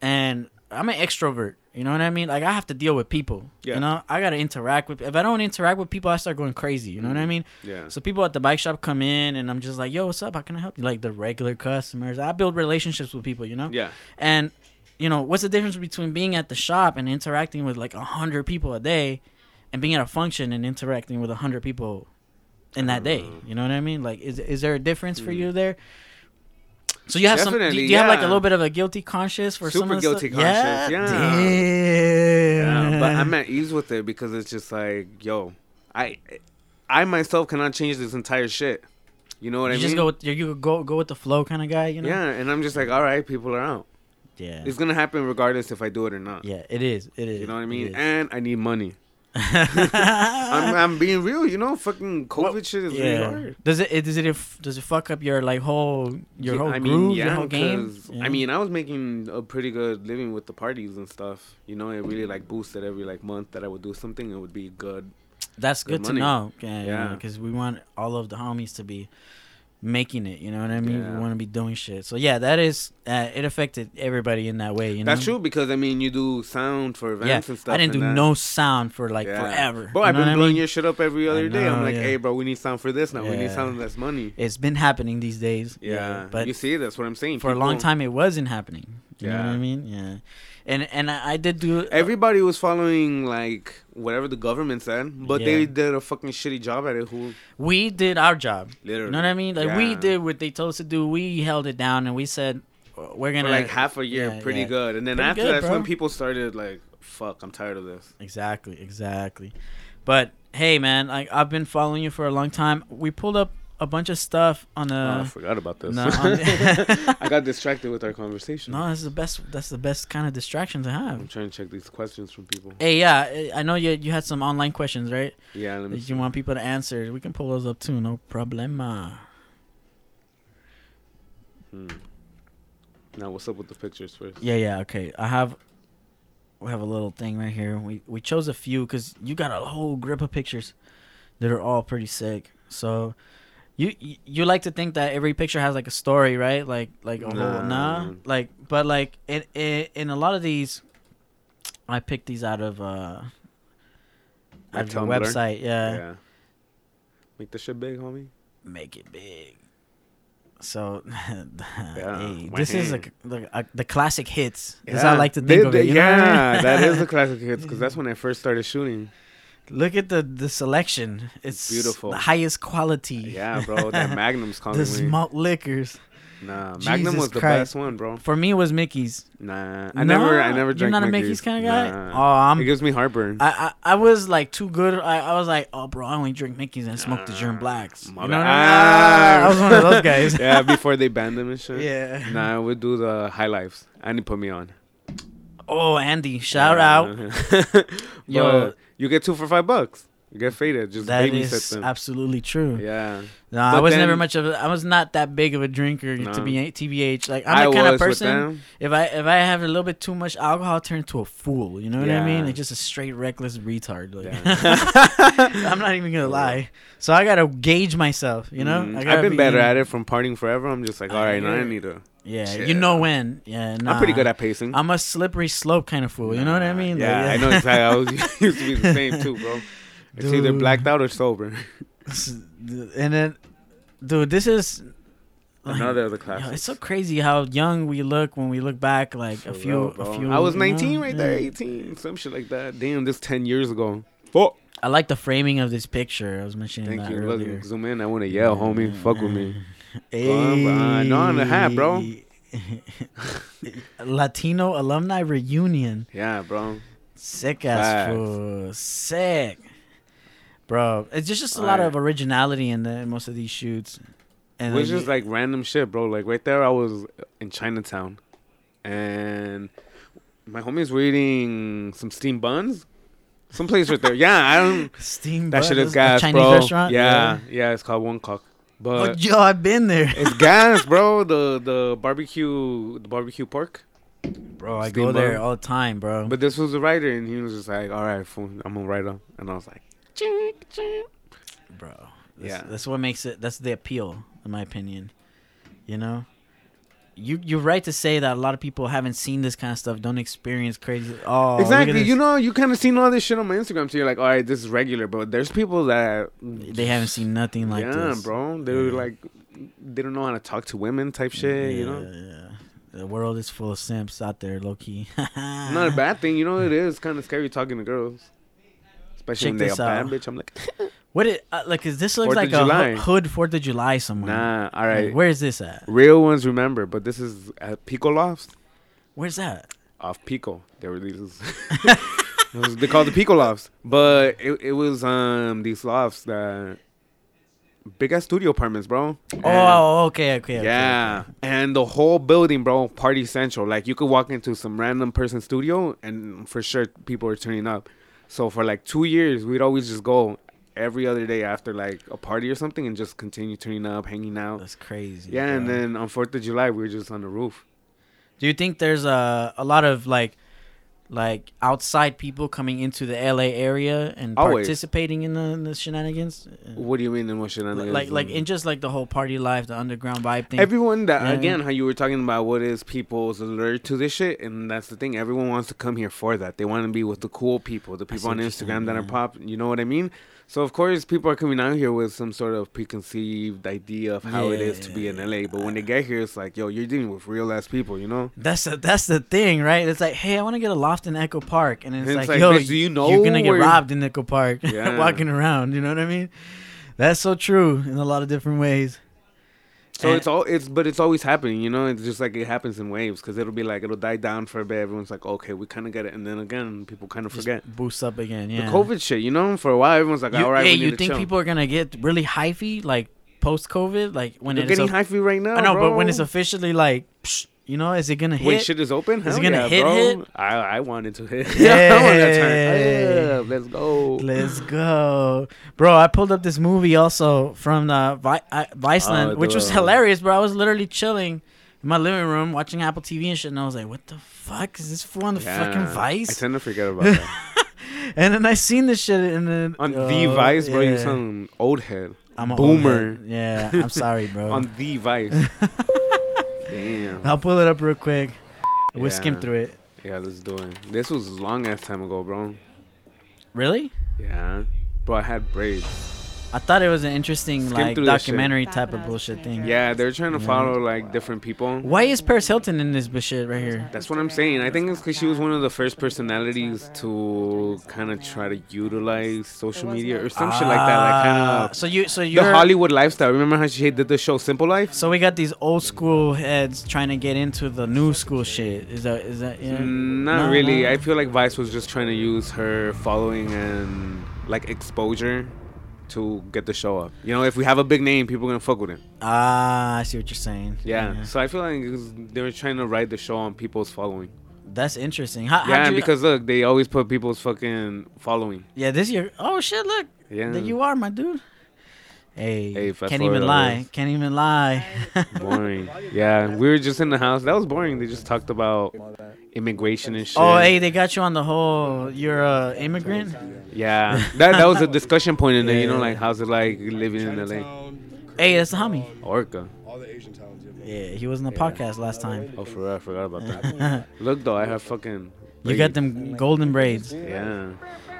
Speaker 1: and I'm an extrovert. You know what I mean? Like I have to deal with people.
Speaker 2: Yeah.
Speaker 1: You know, I gotta interact with. If I don't interact with people, I start going crazy. You know what I mean?
Speaker 2: Mm-hmm. yeah.
Speaker 1: So people at the bike shop come in, and I'm just like, "Yo, what's up? How can I help you?" Like the regular customers. I build relationships with people. You know?
Speaker 2: Yeah,
Speaker 1: And you know, what's the difference between being at the shop and interacting with like a hundred people a day, and being at a function and interacting with a hundred people in that day?
Speaker 2: Mm.
Speaker 1: You know what I mean? Like, is is there a difference for you there? So you have some? Do
Speaker 2: Definitely,
Speaker 1: you have like a
Speaker 2: yeah.
Speaker 1: little bit of a guilty conscience for some
Speaker 2: Super
Speaker 1: of the
Speaker 2: guilty
Speaker 1: stuff?
Speaker 2: conscience, yeah.
Speaker 1: Damn.
Speaker 2: yeah. But I'm at ease with it because it's just like, yo, I, I myself cannot change this entire shit. You know what
Speaker 1: you
Speaker 2: I mean?
Speaker 1: just go with you go go with the flow kind of guy, you know?
Speaker 2: Yeah, and I'm just like, all right, people are out.
Speaker 1: yeah,
Speaker 2: It's gonna happen regardless if I do it or not.
Speaker 1: yeah. It is, it is.
Speaker 2: You know what I
Speaker 1: it
Speaker 2: mean?
Speaker 1: is.
Speaker 2: And I need money. I'm, I'm being real. You know, fucking COVID shit is really hard.
Speaker 1: Does it, it does it if, does it fuck up your like whole your
Speaker 2: Yeah,
Speaker 1: whole groove, your whole game?
Speaker 2: 'cause,
Speaker 1: Yeah.
Speaker 2: I mean, I was making a pretty good living with the parties and stuff. You know, it really like boosted every like month that I would do something. It would be good.
Speaker 1: that's
Speaker 2: good
Speaker 1: good to
Speaker 2: money.
Speaker 1: know. Yeah, yeah,
Speaker 2: Yeah.
Speaker 1: because we want all of the homies to be making it. You know what I mean?
Speaker 2: Yeah.
Speaker 1: We want to be doing shit. So yeah, that is uh, it affected everybody in that way. You know,
Speaker 2: That's true because I mean, you do sound for
Speaker 1: Yeah,
Speaker 2: events and stuff.
Speaker 1: I didn't do
Speaker 2: and that.
Speaker 1: no sound for like
Speaker 2: Yeah.
Speaker 1: forever.
Speaker 2: Bro,
Speaker 1: you
Speaker 2: I've
Speaker 1: know
Speaker 2: been
Speaker 1: what I
Speaker 2: blowing
Speaker 1: mean?
Speaker 2: your shit up every other
Speaker 1: I
Speaker 2: day. I'm
Speaker 1: know,
Speaker 2: like,
Speaker 1: yeah.
Speaker 2: hey, bro, we need sound for this now. We need
Speaker 1: Yeah.
Speaker 2: sound less money.
Speaker 1: It's been happening these days.
Speaker 2: Yeah,
Speaker 1: but
Speaker 2: you see, that's what I'm saying.
Speaker 1: for a long
Speaker 2: People-
Speaker 1: time it wasn't happening. You know what
Speaker 2: Yeah.
Speaker 1: I mean? Yeah, and and I, I did do
Speaker 2: Everybody was following like whatever the government said, but
Speaker 1: Yeah.
Speaker 2: they did a fucking shitty job at it. Who
Speaker 1: we did our job.
Speaker 2: literally,
Speaker 1: You know what I mean? Like we
Speaker 2: Yeah.
Speaker 1: did what they told us to do. We held it down, and we said "Uh, we're
Speaker 2: for
Speaker 1: gonna
Speaker 2: like half a year,
Speaker 1: yeah,
Speaker 2: pretty
Speaker 1: yeah.
Speaker 2: good, and then
Speaker 1: Pretty
Speaker 2: after
Speaker 1: good,
Speaker 2: that's when
Speaker 1: bro.
Speaker 2: people started like, "Fuck, I'm tired of this."
Speaker 1: exactly, exactly. But hey, man, like I've been following you for a long time. We pulled up a bunch of stuff on
Speaker 2: oh, I
Speaker 1: a.
Speaker 2: forgot about this.
Speaker 1: Uh, no, on-
Speaker 2: I got distracted with our conversation.
Speaker 1: no, that's the best. That's the best kind of distraction to
Speaker 2: I'm
Speaker 1: have.
Speaker 2: trying to check these questions from people.
Speaker 1: Hey, yeah, I know you. You had some online questions, right?
Speaker 2: Yeah, let me
Speaker 1: That you want people to answer. We can pull those up too. No problema.
Speaker 2: hmm. Now, what's up with the pictures first?
Speaker 1: Yeah, yeah, okay. I have we have a little thing right here. We we chose a few cuz you got a whole grip of pictures that are all pretty sick. So you you, you like to think that every picture has like a story, right? Like like a whole
Speaker 2: Nah.
Speaker 1: nah. Like but like in, in in a lot of these I picked these out of uh
Speaker 2: My
Speaker 1: out of the
Speaker 2: Tumblr?
Speaker 1: website, yeah.
Speaker 2: yeah. Make the shit big, homie.
Speaker 1: Make it big. So, hey,
Speaker 2: my
Speaker 1: this is a,
Speaker 2: hand.
Speaker 1: the, a, the classic hits. As
Speaker 2: Yeah.
Speaker 1: I like to think
Speaker 2: They-
Speaker 1: of it.
Speaker 2: they-
Speaker 1: you know what I mean?
Speaker 2: yeah, that is a classic hits because that's when I first started shooting.
Speaker 1: Look at the the selection. It's
Speaker 2: Beautiful.
Speaker 1: The highest quality.
Speaker 2: Yeah, bro, that Magnum's calling
Speaker 1: the
Speaker 2: me.
Speaker 1: malt liquors.
Speaker 2: Nah, Magnum
Speaker 1: Jesus
Speaker 2: was the
Speaker 1: Christ.
Speaker 2: best one, bro.
Speaker 1: For me, it was Mickey's.
Speaker 2: Nah,
Speaker 1: No?
Speaker 2: I never, I never
Speaker 1: You're
Speaker 2: drank.
Speaker 1: not a Mickey's
Speaker 2: Mickey's
Speaker 1: kind of guy.
Speaker 2: Nah.
Speaker 1: Oh, I'm
Speaker 2: it gives me heartburn.
Speaker 1: I, I I was like too good. I, I was like, oh, bro, I only drink Mickey's and smoke the germ blacks. You know
Speaker 2: My
Speaker 1: what
Speaker 2: bad.
Speaker 1: I mean?
Speaker 2: Ah.
Speaker 1: I was one of those guys.
Speaker 2: yeah, before they banned them and shit.
Speaker 1: Yeah.
Speaker 2: Nah, we do the high lives. Andy put me on.
Speaker 1: Oh, Andy, shout out.
Speaker 2: out.
Speaker 1: Yo.
Speaker 2: Yo, you get two for five bucks. You get faded. Just
Speaker 1: That
Speaker 2: babysit
Speaker 1: is
Speaker 2: them.
Speaker 1: absolutely true.
Speaker 2: yeah.
Speaker 1: No, I
Speaker 2: But
Speaker 1: was
Speaker 2: then-
Speaker 1: never much of. A, I was not that big of a drinker to
Speaker 2: No.
Speaker 1: be tbh. Like
Speaker 2: I
Speaker 1: I'm the kind of
Speaker 2: was with
Speaker 1: person.
Speaker 2: them.
Speaker 1: If I if I have a little bit too much alcohol, I turn to a fool. You know what I mean?
Speaker 2: Yeah.
Speaker 1: Like just a straight reckless retard. Like,
Speaker 2: Yeah.
Speaker 1: I'm not even gonna lie. So I gotta gauge myself. You know,
Speaker 2: Mm,
Speaker 1: I
Speaker 2: I've been better
Speaker 1: at it.
Speaker 2: at it from partying forever. I'm just like, all right, now I
Speaker 1: hear-
Speaker 2: need to.
Speaker 1: Yeah, you
Speaker 2: Shit.
Speaker 1: know when. Yeah, nah.
Speaker 2: I'm pretty good at pacing.
Speaker 1: I'm a slippery slope kind of fool. You know what I
Speaker 2: Nah,
Speaker 1: mean?
Speaker 2: Yeah, I
Speaker 1: Like,
Speaker 2: know exactly. I was used to be the same too, bro. It's either
Speaker 1: Dude.
Speaker 2: blacked out or sober.
Speaker 1: and then, dude, this is like,
Speaker 2: Another of the
Speaker 1: yo,
Speaker 2: classics.
Speaker 1: it's so crazy how young we look when we look back. Like a
Speaker 2: For
Speaker 1: few,
Speaker 2: real,
Speaker 1: a
Speaker 2: bro.
Speaker 1: few.
Speaker 2: I was
Speaker 1: you know?
Speaker 2: 19 right there,
Speaker 1: Yeah.
Speaker 2: 18, some shit like that. Damn, this 10 years ago. Fuck.
Speaker 1: I like the framing of this picture. I was mentioning
Speaker 2: Thank
Speaker 1: that
Speaker 2: you.
Speaker 1: earlier.
Speaker 2: Look, zoom in. I want to yell, homie. Fuck with me.
Speaker 1: Hey.
Speaker 2: on, no, and a hat, bro.
Speaker 1: Latino alumni reunion.
Speaker 2: Yeah, bro.
Speaker 1: Sick ass
Speaker 2: Facts.
Speaker 1: fool. Sick. Bro, it's just, just a
Speaker 2: All
Speaker 1: lot
Speaker 2: right.
Speaker 1: of originality in, the, in most of these shoots. And
Speaker 2: Which
Speaker 1: then
Speaker 2: is
Speaker 1: you-
Speaker 2: like random shit, bro. Like right there, I was in Chinatown, and my homies were eating some steamed buns, someplace right there. Yeah, I don't.
Speaker 1: steam.
Speaker 2: That
Speaker 1: bun-
Speaker 2: shit
Speaker 1: a
Speaker 2: is gas,
Speaker 1: Chinese
Speaker 2: bro.
Speaker 1: restaurant.
Speaker 2: Yeah, yeah, it's called One Cock,
Speaker 1: Oh,
Speaker 2: but
Speaker 1: yo, I've been there,
Speaker 2: it's gas, bro. The the barbecue the barbecue pork.
Speaker 1: bro. I
Speaker 2: Steam
Speaker 1: go there
Speaker 2: bun.
Speaker 1: all the time, bro.
Speaker 2: But this was the writer, and he was just like, "All right, fool, I'm a writer," and I was like, "Chink, chink."
Speaker 1: bro, that's,
Speaker 2: Yeah.
Speaker 1: that's what makes it. That's the appeal, in my opinion. You know, you you're right to say that a lot of people haven't seen this kind of stuff, don't experience crazy. Oh, look at
Speaker 2: Exactly.
Speaker 1: this.
Speaker 2: You know, you kind of seen all this shit on my Instagram, so you're like, all right, this is regular, but there's people that
Speaker 1: they haven't seen nothing like
Speaker 2: yeah,
Speaker 1: this,
Speaker 2: bro. They're
Speaker 1: Yeah.
Speaker 2: like, they don't know how to talk to women, type shit. You know,
Speaker 1: Yeah, yeah. The world is full of simps out there, low key. Ah.
Speaker 2: not a bad thing. You know, it is kind of scary talking to girls, especially
Speaker 1: Check
Speaker 2: when they a
Speaker 1: this
Speaker 2: bad
Speaker 1: out.
Speaker 2: bitch. I'm like,
Speaker 1: What it uh, like? Is this looks
Speaker 2: Fourth
Speaker 1: like
Speaker 2: of
Speaker 1: a
Speaker 2: July.
Speaker 1: ho- hood Fourth of July somewhere?
Speaker 2: nah, all
Speaker 1: Like,
Speaker 2: right.
Speaker 1: where is this at?
Speaker 2: Real ones remember, but this is at Pico Lofts
Speaker 1: Where's that?
Speaker 2: off Pico. They were these. it was- they called the Pico Lofts, but it, it was um these lofts that big ass studio apartments, bro. And-
Speaker 1: Oh, okay, okay. okay.
Speaker 2: Yeah, and the whole building, bro, party central. Like you could walk into some random person's studio, and for sure people are turning up. So for like two years, we'd always just go every other day after like a party or something, and just continue turning up, hanging out.
Speaker 1: that's crazy.
Speaker 2: Yeah, and
Speaker 1: bro.
Speaker 2: then on Fourth of July, we were just on the roof.
Speaker 1: do you think there's a a lot of like like outside people coming into the LA area and
Speaker 2: Always.
Speaker 1: participating in the, in the shenanigans? Uh,
Speaker 2: What do you mean in what shit?
Speaker 1: Like like in just like the whole party life, the underground vibe thing.
Speaker 2: everyone that
Speaker 1: Yeah.
Speaker 2: again, how you were talking about what is people's alert to this shit, and that's the thing. Everyone wants to come here for that. They want to be with the cool people, the
Speaker 1: see
Speaker 2: people on
Speaker 1: what you're saying,
Speaker 2: Instagram that are
Speaker 1: yeah.
Speaker 2: pop. You know what I mean? So of course, people are coming out here with some sort of preconceived idea of how it is to be in LA. But when they get here, it's like, yo, you're dealing with real ass people. You know?
Speaker 1: that's the that's the thing, right? It's like, hey, I want to get a loft in Echo Park, and it's,
Speaker 2: It's
Speaker 1: like,
Speaker 2: like,
Speaker 1: yo,
Speaker 2: bitch, do you
Speaker 1: are gonna
Speaker 2: know
Speaker 1: get
Speaker 2: where-
Speaker 1: robbed in Echo Park,
Speaker 2: Yeah.
Speaker 1: walking around. You know what I mean? That's so true in a lot of different ways.
Speaker 2: So
Speaker 1: And-
Speaker 2: it's all it's but it's always happening. You know? It's just like it happens in waves because it'll be like it'll die down for a bit. Everyone's like, okay, we kind of get it, and then again, people kind of
Speaker 1: Just
Speaker 2: forget.
Speaker 1: boosts up again. Yeah,
Speaker 2: The COVID shit, you know, for a while everyone's like,
Speaker 1: You,
Speaker 2: "All right,
Speaker 1: yeah,
Speaker 2: we need
Speaker 1: you
Speaker 2: to
Speaker 1: think
Speaker 2: chill."
Speaker 1: people are gonna get really hyphy like post COVID, like when
Speaker 2: They're
Speaker 1: it's
Speaker 2: getting
Speaker 1: a-
Speaker 2: high hyphy right now.
Speaker 1: I know,
Speaker 2: bro.
Speaker 1: but when it's officially like, psh, you know, is it gonna hit?
Speaker 2: when shit is open,
Speaker 1: Is it
Speaker 2: hell
Speaker 1: gonna
Speaker 2: yeah,
Speaker 1: hit,
Speaker 2: bro.
Speaker 1: hit?
Speaker 2: I I wanted to hit.
Speaker 1: Yeah.
Speaker 2: Yeah, I wanted to turn. Oh, yeah, let's go.
Speaker 1: Let's go, bro. I pulled up this movie also from the Vi- I, Viceland,
Speaker 2: Oh,
Speaker 1: which was
Speaker 2: dude.
Speaker 1: hilarious, bro. I was literally chilling in my living room watching Apple TV and shit, and I was like, "What the fuck is this fool on the
Speaker 2: Yeah.
Speaker 1: fucking
Speaker 2: I
Speaker 1: Vice?"
Speaker 2: tend to forget about that.
Speaker 1: and then I seen this shit, and then
Speaker 2: On the
Speaker 1: oh,
Speaker 2: Vice, bro, you
Speaker 1: yeah.
Speaker 2: sound old head.
Speaker 1: I'm a old
Speaker 2: boomer.
Speaker 1: head. Yeah, I'm sorry, bro.
Speaker 2: On the Vice. Damn.
Speaker 1: I'll pull it up real quick. We'll skim
Speaker 2: Yeah.
Speaker 1: through it.
Speaker 2: Yeah, let's do it. This was a long ass time ago, bro.
Speaker 1: Really?
Speaker 2: Yeah, bro, I had braids.
Speaker 1: I thought it was an interesting
Speaker 2: Skim
Speaker 1: like
Speaker 2: through that shit.
Speaker 1: documentary
Speaker 3: That's
Speaker 1: type of
Speaker 3: what I was
Speaker 1: bullshit
Speaker 3: thinking.
Speaker 1: thing.
Speaker 2: Yeah, they're trying to
Speaker 1: Yeah.
Speaker 2: follow like different people.
Speaker 1: Why is Paris Hilton in this bullshit right here?
Speaker 2: That's what I'm saying. I think it's because she was one of the first personalities to kind of try to utilize social media or some shit like that. Like kind
Speaker 1: Ah,
Speaker 2: of
Speaker 1: So you so
Speaker 2: the
Speaker 1: you're
Speaker 2: Hollywood lifestyle. Remember how she did the show Simple Life?
Speaker 1: So we got these old school heads trying to get into the new school shit. Is that is that yeah?
Speaker 2: Mm,
Speaker 1: No,
Speaker 2: Not really.
Speaker 1: no.
Speaker 2: I feel like Vice was just trying to use her following and like exposure to get the show up. You know, if we have a big name, people are gonna fuck with him.
Speaker 1: Ah, I see what you're saying.
Speaker 2: Yeah. So I feel like it was, they were trying to ride the show on people's following.
Speaker 1: That's interesting. How, how'd
Speaker 2: Yeah, and
Speaker 1: you-
Speaker 2: because look, they always put people's fucking following.
Speaker 1: yeah, this year. Oh shit! Look,
Speaker 2: Yeah.
Speaker 1: there you are, my dude. Hey,
Speaker 2: Hey, fast
Speaker 1: can't
Speaker 2: forward
Speaker 1: even
Speaker 2: all
Speaker 1: lie.
Speaker 2: this.
Speaker 1: Can't even lie. Oh,
Speaker 2: boring. Yeah, we were just in the house. That was boring. They just talked about immigration and shit.
Speaker 1: oh, hey, they got you on the whole. You're a immigrant.
Speaker 2: Yeah, that that was a discussion point in there. You know,
Speaker 1: Yeah.
Speaker 2: like how's it like living in LA?
Speaker 1: Hey, that's the homie.
Speaker 4: um,
Speaker 2: Orca.
Speaker 5: All the Asian towns. you have no-
Speaker 1: Yeah, he was on the podcast last time.
Speaker 2: Oh, for real, I forgot about that. Look though, I have fucking.
Speaker 1: you got them golden braids,
Speaker 2: Yeah,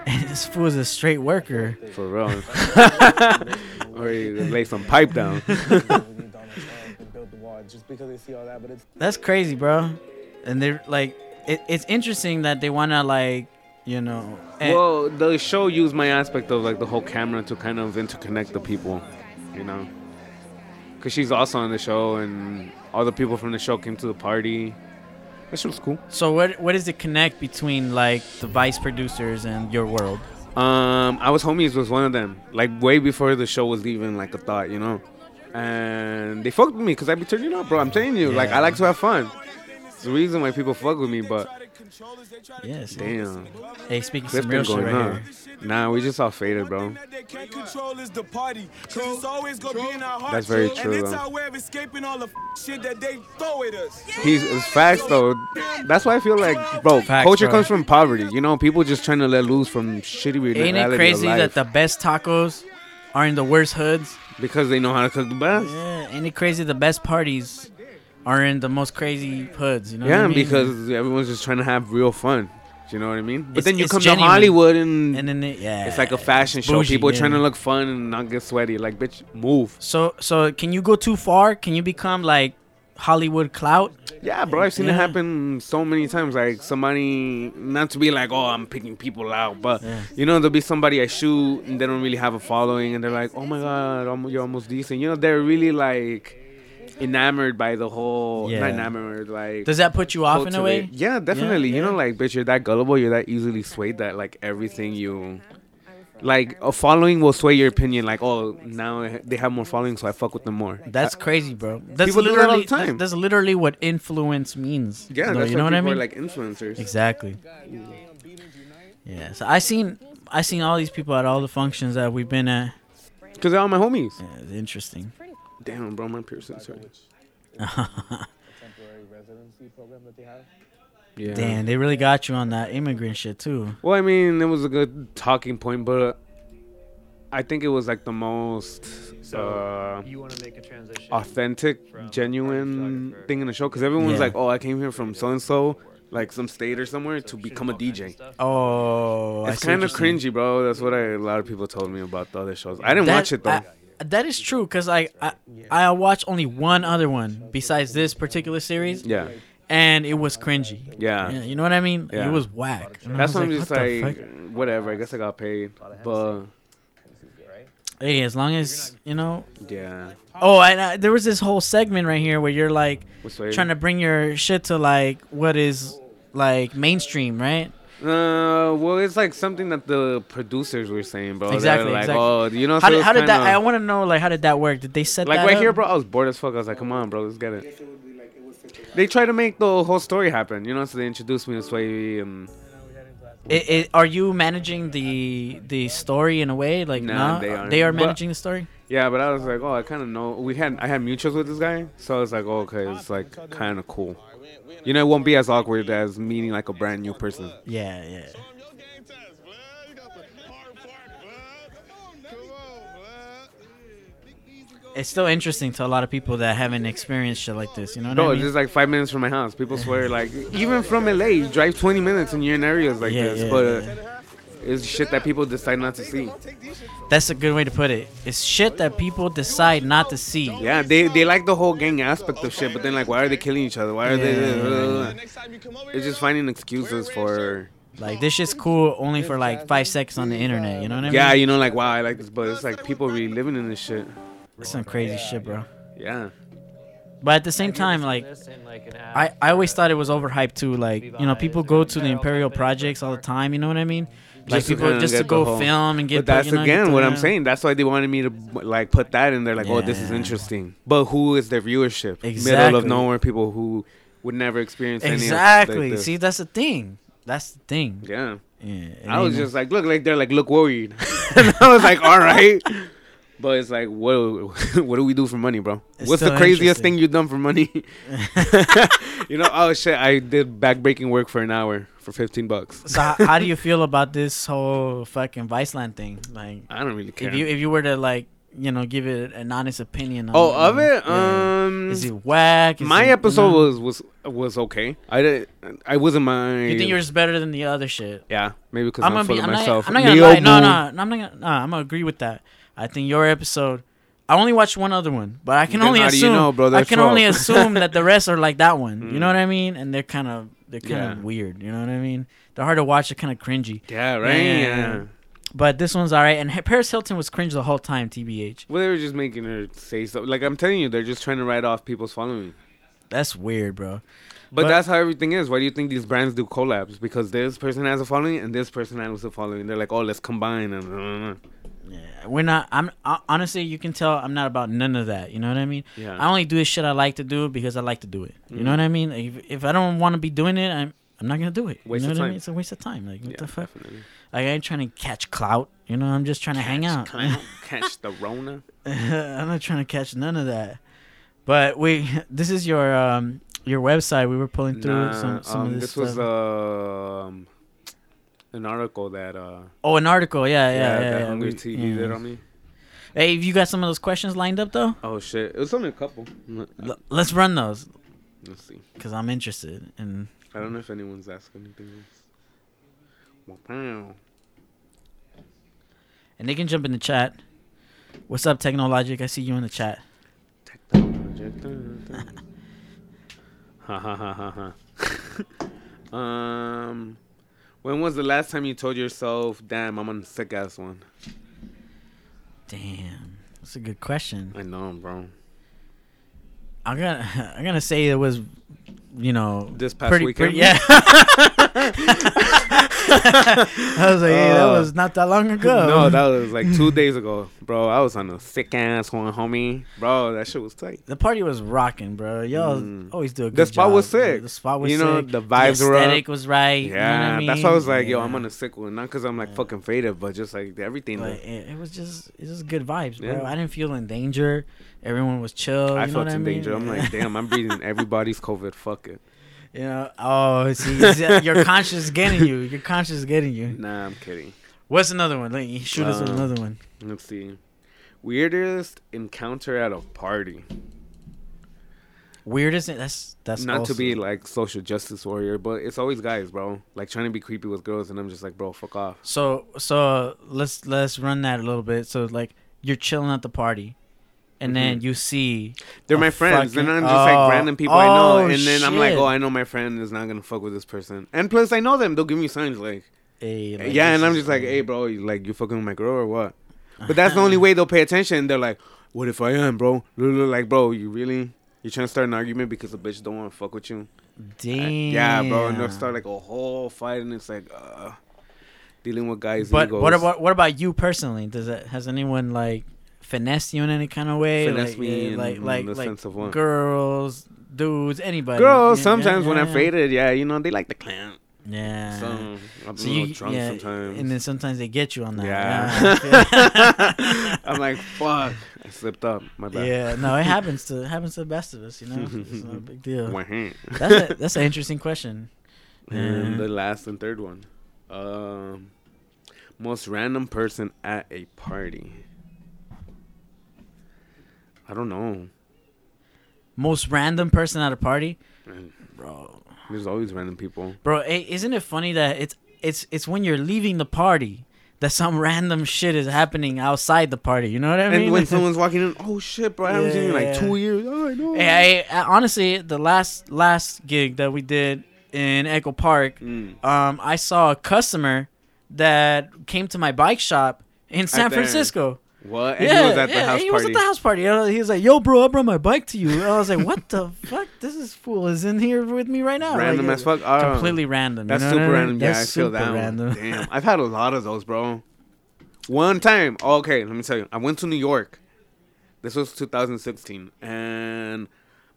Speaker 1: and this fool's a straight worker.
Speaker 2: for real. or you lay some pipe down.
Speaker 5: Donald Trump and built the wall just because they see all that, but it's
Speaker 1: That's crazy, bro. And they're like, it, it's interesting that they wanna like, you know. eh, and-
Speaker 2: Well, the show used my aspect of like the whole camera to kind of interconnect the people, you know, because she's also on the show and all the people from the show came to the party. That shit was cool.
Speaker 1: so what what is the connect between like the vice producers and your world?
Speaker 2: Um, I was homies was one of them. Like way before the show was even like a thought, you know. And they fucked with me because I be turning up, bro. I'm telling you, like
Speaker 1: Yeah.
Speaker 2: I like to have fun. It's the reason why people fuck with me, but
Speaker 1: Yes.
Speaker 2: damn,
Speaker 1: Hey, speaking
Speaker 2: what's
Speaker 1: some
Speaker 2: been
Speaker 1: real shit
Speaker 2: going
Speaker 1: right
Speaker 2: on?
Speaker 1: here.
Speaker 2: Nah, we just all faded, bro.
Speaker 4: They can't control is the party. Cause it's always gonna be in our hearts.
Speaker 2: That's very
Speaker 4: And
Speaker 2: true,
Speaker 4: it's
Speaker 2: though.
Speaker 4: our way of escaping all the f- shit that they throw at us.
Speaker 2: He's it's facts though. That's why I feel like, bro,
Speaker 1: Facts,
Speaker 2: culture
Speaker 1: bro.
Speaker 2: comes from poverty. You know, people just trying to let loose from shitty reality
Speaker 1: Ain't it
Speaker 2: of
Speaker 1: crazy that
Speaker 2: life
Speaker 1: the best tacos are in the worst hoods?
Speaker 2: because they know how to cook the best.
Speaker 1: Yeah. Ain't it crazy the best parties are in the most crazy hoods? You know. what
Speaker 2: Yeah,
Speaker 1: I mean?
Speaker 2: because everyone's just trying to have real fun. Do you know what I mean? But
Speaker 1: It's-
Speaker 2: then you
Speaker 1: it's
Speaker 2: come
Speaker 1: genuine.
Speaker 2: to Hollywood and,
Speaker 1: and then it, yeah,
Speaker 2: it's like a fashion show.
Speaker 1: bougie,
Speaker 2: People
Speaker 1: yeah.
Speaker 2: trying to look fun and not get sweaty. Like, bitch, move.
Speaker 1: So so can you go too far? Can you become like Hollywood clout?
Speaker 2: Yeah, bro, I've seen
Speaker 1: Yeah.
Speaker 2: it happen so many times. Like somebody, not to be like, oh, I'm picking people out, but you know, there'll be somebody I shoot and they don't really have a following, and they're like, oh my god, almo- you're almost decent. You know, they're really like enamored by the whole,
Speaker 1: Yeah.
Speaker 2: not enamored, like.
Speaker 1: Does that put you off in a
Speaker 2: cultivate-
Speaker 1: way?
Speaker 2: Yeah, definitely. You know,
Speaker 1: yeah.
Speaker 2: like, bitch, you're that gullible, you're that easily swayed that like everything you. Like a following will sway your opinion. Like, oh, now they have more following, so I fuck with them more.
Speaker 1: That's crazy, bro. That's
Speaker 2: People do that all
Speaker 1: literally
Speaker 2: the time.
Speaker 1: That's, that's literally what influence means.
Speaker 2: Yeah,
Speaker 1: though,
Speaker 2: that's
Speaker 1: you know
Speaker 2: why
Speaker 1: what I
Speaker 2: people
Speaker 1: mean.
Speaker 2: are like influencers.
Speaker 1: exactly. Yeah. So I seen I seen all these people at all the functions that we've been at.
Speaker 2: Because they're all my homies.
Speaker 1: Yeah, it's interesting.
Speaker 2: Damn, bro, my piercing's hurt.
Speaker 5: temporary residency program that they have.
Speaker 2: Yeah.
Speaker 1: Damn, they really got you on that immigrant shit too.
Speaker 2: Well, I mean, it was a good talking point, but I think it was like the most uh,
Speaker 6: you want to make a transition
Speaker 2: authentic, genuine thing in the show because everyone's
Speaker 1: Yeah.
Speaker 2: like, "Oh, I came here from so and so, like some state or somewhere, to become a DJ."
Speaker 1: Oh, I
Speaker 2: It's
Speaker 1: see what
Speaker 2: kind
Speaker 1: you're
Speaker 2: of
Speaker 1: saying.
Speaker 2: cringy, bro. That's what I, a lot of people told me about the other shows. I didn't
Speaker 1: That-
Speaker 2: watch it though.
Speaker 1: I- that is true, cause like I I watched only one other one besides this particular series,
Speaker 2: yeah,
Speaker 1: and it was cringy.
Speaker 2: yeah.
Speaker 1: Yeah, you know what I mean?
Speaker 2: Yeah.
Speaker 1: It was whack. And I
Speaker 2: That's
Speaker 1: was
Speaker 2: why I'm just
Speaker 1: what the
Speaker 2: like,
Speaker 1: fuck?
Speaker 2: whatever. I guess I got paid, but
Speaker 1: hey, as long as you know.
Speaker 2: yeah.
Speaker 1: Oh, and uh, there was this whole segment right here where you're like
Speaker 2: What's waiting?
Speaker 1: trying to bring your shit to like what is like mainstream, right?
Speaker 2: Uh, well, it's like something that the producers were saying, bro. They were
Speaker 1: Exactly,
Speaker 2: Like,
Speaker 1: exactly.
Speaker 2: oh, you know,
Speaker 1: How
Speaker 2: so
Speaker 1: did,
Speaker 2: it's
Speaker 1: how did that?
Speaker 2: kinda-
Speaker 1: I want to know like how did that work? Did they set
Speaker 2: like
Speaker 1: that
Speaker 2: right
Speaker 1: up?
Speaker 2: here, bro. I was bored as fuck. I was like, come on, bro, let's get it. They try to make the whole story happen, you know. So they introduced me to Sway and
Speaker 1: It, it, are you managing the the story in a way? Like
Speaker 2: Nah,
Speaker 1: no,
Speaker 2: they
Speaker 1: they,
Speaker 2: aren't.
Speaker 1: are
Speaker 2: But-
Speaker 1: managing the story.
Speaker 2: yeah, but I was like, oh, I kind of know. We had I had mutuals with this guy, so I was like, oh, okay, it's like kind of cool. You know, it won't be as awkward as meeting like a brand new person.
Speaker 1: Yeah, yeah. It's still interesting to a lot of people that haven't experienced shit like this. You know what
Speaker 2: No,
Speaker 1: I
Speaker 2: it's
Speaker 1: mean?
Speaker 2: just like five minutes from my house. People swear like even from LA, you drive twenty minutes and you're in areas like
Speaker 1: Yeah,
Speaker 2: this.
Speaker 1: yeah,
Speaker 2: but It's shit that people decide not to see.
Speaker 1: That's a good way to put it. It's shit that people decide not to see.
Speaker 2: Yeah, they they like the whole gang aspect of shit, but then like, why are they killing each other? Why are they? It's just finding excuses for.
Speaker 1: Like this shit's cool only for like five seconds on the internet. You know what I mean?
Speaker 2: Yeah, you know, like wow, I like this, but it's like people really living in this shit.
Speaker 1: That's some crazy shit, bro.
Speaker 2: Yeah,
Speaker 1: But at the same time, like I,
Speaker 3: I,
Speaker 1: I always thought it was overhyped too. Like you know, people go to the Imperial projects all the time. You know what I mean? Like
Speaker 2: Just to
Speaker 1: people
Speaker 2: kinda
Speaker 1: just to
Speaker 2: get the
Speaker 1: go
Speaker 2: whole-
Speaker 1: film and get.
Speaker 2: but that's
Speaker 1: you know,
Speaker 2: again
Speaker 1: get
Speaker 2: what
Speaker 1: the-
Speaker 2: I'm saying. That's why they wanted me to like put that in there, like, oh, this is
Speaker 1: Yeah.
Speaker 2: interesting. But who is their viewership? Middle of
Speaker 1: Exactly.
Speaker 2: nowhere people who would never experience any of- like,
Speaker 1: Exactly.
Speaker 2: this.
Speaker 1: See, that's the thing. That's the thing.
Speaker 2: Yeah.
Speaker 1: Yeah, it
Speaker 2: I was
Speaker 1: ain't no-
Speaker 2: just like, look, like they're like, look worried. and I was like, all right. But it's like, what? What do we do for money, bro?
Speaker 1: It's
Speaker 2: What's the
Speaker 1: so
Speaker 2: craziest
Speaker 1: interesting.
Speaker 2: thing you've done for money? you know, oh shit, I did backbreaking work for an hour for fifteen bucks.
Speaker 1: So h- how do you feel about this whole fucking Viceland thing? Like,
Speaker 2: I don't really care.
Speaker 1: if you if you were to like, you know, give it an honest opinion. On
Speaker 2: oh,
Speaker 1: on-
Speaker 2: of it,
Speaker 1: yeah.
Speaker 2: um,
Speaker 1: is it whack? Is
Speaker 2: my
Speaker 1: it, you
Speaker 2: episode
Speaker 1: know?
Speaker 2: was was was okay. I did, I wasn't my.
Speaker 1: You think yours is better than the other shit?
Speaker 2: Yeah, maybe because
Speaker 1: I'm gonna
Speaker 2: I'm, full
Speaker 1: be.
Speaker 2: of
Speaker 1: I'm not,
Speaker 2: myself.
Speaker 1: I'm not gonna
Speaker 2: Leo
Speaker 1: lie. No,
Speaker 2: Boo-
Speaker 1: no, no, I'm not gonna. No, I'm gonna agree with that. I think your episode. I only watched one other one, but I can
Speaker 2: Then
Speaker 1: only
Speaker 2: how do you
Speaker 1: assume.
Speaker 2: know, bro?
Speaker 1: I
Speaker 2: There's
Speaker 1: can only
Speaker 2: 12.
Speaker 1: assume that the rest are like that one. You know what I mean? And they're kind of they're kind
Speaker 2: Mm. Yeah.
Speaker 1: of weird. You know what I mean? They're hard to watch. They're kind of cringy.
Speaker 2: Yeah, right.
Speaker 1: Yeah.
Speaker 2: Yeah.
Speaker 1: But this one's all right. And H- Paris Hilton was cringe the whole time. Tbh,
Speaker 2: Well, they were just making her say something. Like I'm telling you, they're just trying to write off people's following.
Speaker 1: that's weird, bro.
Speaker 2: But,
Speaker 1: But-
Speaker 2: that's how everything is. Why do you think these brands do collabs? Because this person has a following and this person has a following. They're like, oh, let's combine. And,
Speaker 1: We're not. I'm I, honestly, you can tell I'm not about none of that. You know what I mean?
Speaker 2: Yeah. Mm.
Speaker 1: I only do the shit I like to do because I like to do it. You know what I mean? If, if I don't want to be doing it, I'm I'm not gonna do it.
Speaker 2: Waste
Speaker 1: you know
Speaker 2: of
Speaker 1: what I
Speaker 2: time.
Speaker 1: mean? It's a waste of time. Like what
Speaker 2: yeah,
Speaker 1: the fuck?
Speaker 2: definitely.
Speaker 1: Like, I ain't trying to catch clout. You know, I'm just trying to hang out.
Speaker 2: Clown, catch the Rona.
Speaker 1: I'm not trying to catch none of that. But we, this is your um your website. We were pulling through
Speaker 2: Nah,
Speaker 1: some some
Speaker 2: um,
Speaker 1: of
Speaker 2: this
Speaker 1: this,
Speaker 2: was
Speaker 1: stuff.
Speaker 2: um, an article that uh,
Speaker 1: oh, an article. Yeah, yeah, yeah.
Speaker 2: that
Speaker 1: yeah,
Speaker 2: Hungry
Speaker 1: we-
Speaker 2: TV
Speaker 1: yeah.
Speaker 2: did on me.
Speaker 1: Hey, have you got some of those questions lined up though?
Speaker 2: Oh shit! It was only a couple. Let-
Speaker 1: L- let's run those
Speaker 2: Let's see.
Speaker 1: because I'm interested. And
Speaker 2: I don't know if anyone's asking anything else. Well, pow.
Speaker 1: and they can jump in the chat. What's up, Technologic? I see you in the chat.
Speaker 2: ha ha ha ha ha. um, when was the last time you told yourself, "Damn, I'm on a sick ass one"?
Speaker 1: Damn, that's a good question.
Speaker 2: I know, bro.
Speaker 1: I'm gonna I'm gonna say it was, you know,
Speaker 2: This past
Speaker 1: pretty,
Speaker 2: weekend?
Speaker 1: Pretty, yeah. I was like, hey, that
Speaker 2: Uh,
Speaker 1: was not that long ago.
Speaker 2: No, that was like two days ago, bro. I was on a sick ass one, homie. Bro, that shit was tight.
Speaker 1: the party was rocking, bro. Y'all
Speaker 2: Mm.
Speaker 1: always do a good
Speaker 2: The spot
Speaker 1: job.
Speaker 2: was sick.
Speaker 1: The spot was
Speaker 2: You know,
Speaker 1: sick.
Speaker 2: the vibes were up.
Speaker 1: aesthetic was right.
Speaker 2: Yeah,
Speaker 1: you know what I
Speaker 2: that's why I
Speaker 1: mean?
Speaker 2: was like, yo, I'm
Speaker 1: Yeah.
Speaker 2: on a sick one, not because I'm like fucking faded, but just like everything.
Speaker 1: Like, it, it was just it was good vibes, bro.
Speaker 2: Yeah.
Speaker 1: I didn't feel in danger. Everyone was chill.
Speaker 2: I
Speaker 1: you know
Speaker 2: felt
Speaker 1: what
Speaker 2: in
Speaker 1: I mean?
Speaker 2: danger. I'm like, damn, I'm breathing everybody's COVID. Fuck it.
Speaker 1: you know, oh, see, see, your conscience is getting you. Your conscience is getting you.
Speaker 2: Nah, I'm kidding.
Speaker 1: What's another one? Like, shoot us with
Speaker 2: Um,
Speaker 1: another one.
Speaker 2: Let's see. Weirdest encounter at a party.
Speaker 1: Weird, isn't it? That's that's
Speaker 2: Not to
Speaker 1: also-
Speaker 2: be like social justice warrior, but it's always guys, bro. Like trying to be creepy with girls, and I'm just like, bro, fuck off.
Speaker 1: So so let's let's run that a little bit. So like you're chilling at the party, and
Speaker 2: Mm-hmm.
Speaker 1: then you see
Speaker 2: They're
Speaker 1: a
Speaker 2: my friends.
Speaker 1: fucking-
Speaker 2: They're not just like
Speaker 1: Oh.
Speaker 2: random people I know.
Speaker 1: Oh,
Speaker 2: And then I'm like,
Speaker 1: shit.
Speaker 2: Oh, oh, I know my friend is not gonna fuck with this person. And plus, I know them. They'll give me signs like,
Speaker 1: a like,
Speaker 2: yeah.
Speaker 1: this
Speaker 2: And I'm
Speaker 1: is-
Speaker 2: just like, hey, bro, you, like you fucking with my girl or what? But that's the only way they'll pay attention. They're like, what if I am, bro? Like, bro, you really? You trying to start an argument because the bitch don't want to fuck with you?
Speaker 1: damn.
Speaker 2: Yeah, bro. And they'll start like a whole fight, and it's like uh, dealing with guys.
Speaker 1: But
Speaker 2: egos.
Speaker 1: what about what about you personally? Does it has anyone like finessed you in any kind of way?
Speaker 2: Finesse
Speaker 1: like,
Speaker 2: me
Speaker 1: yeah,
Speaker 2: in-
Speaker 1: like
Speaker 2: in
Speaker 1: like
Speaker 2: the
Speaker 1: like
Speaker 2: sense of what?
Speaker 1: girls, dudes, anybody.
Speaker 2: girls?
Speaker 1: Yeah,
Speaker 2: sometimes
Speaker 1: yeah,
Speaker 2: when
Speaker 1: yeah.
Speaker 2: I'm faded, yeah, you know they like the clown.
Speaker 1: Yeah.
Speaker 2: So I'm a
Speaker 1: So
Speaker 2: little
Speaker 1: you-
Speaker 2: drunk
Speaker 1: yeah,
Speaker 2: sometimes.
Speaker 1: and then sometimes they get you on that.
Speaker 2: yeah.
Speaker 1: yeah.
Speaker 2: I'm like, fuck. I slipped up. My bad.
Speaker 1: Yeah, no, it happens to it happens to the best of us, you know. It's not a big deal.
Speaker 2: One hand.
Speaker 1: That's a, that's an interesting question.
Speaker 2: and
Speaker 1: Yeah.
Speaker 2: the last and third one. Um, most random person at a party. I don't know.
Speaker 1: Most random person at a party,
Speaker 2: Mm.
Speaker 1: bro.
Speaker 2: There's always random people.
Speaker 1: Bro, eh, isn't it funny that it's it's it's when you're leaving the party that some random shit is happening outside the party. You know what I mean?
Speaker 2: And when someone's walking in, oh shit, bro, I haven't seen you in like
Speaker 1: Yeah.
Speaker 2: two years. Oh, I know.
Speaker 1: Yeah, I, I, honestly, the last last gig that we did in Echo Park,
Speaker 2: Mm.
Speaker 1: um, I saw a customer that came to my bike shop in San
Speaker 2: there.
Speaker 1: Francisco.
Speaker 2: What? And
Speaker 1: yeah,
Speaker 2: he was at the
Speaker 1: yeah,
Speaker 2: house
Speaker 1: he was
Speaker 2: party.
Speaker 1: at the house party. You know, He was like, "Yo, bro, I brought my bike to you." And I was like, "What the fuck? This is fool is in here with me right now." Like,
Speaker 2: Random
Speaker 1: it-
Speaker 2: as fuck. Oh,
Speaker 1: Completely random. you
Speaker 2: That's
Speaker 1: know what
Speaker 2: super
Speaker 1: I mean?
Speaker 2: random. Yeah,
Speaker 1: That's
Speaker 2: I feel
Speaker 1: super
Speaker 2: that. one.
Speaker 1: random.
Speaker 2: Damn, I've had a lot of those, bro. One time, okay, let me tell you, I went to New York. This was 2016, and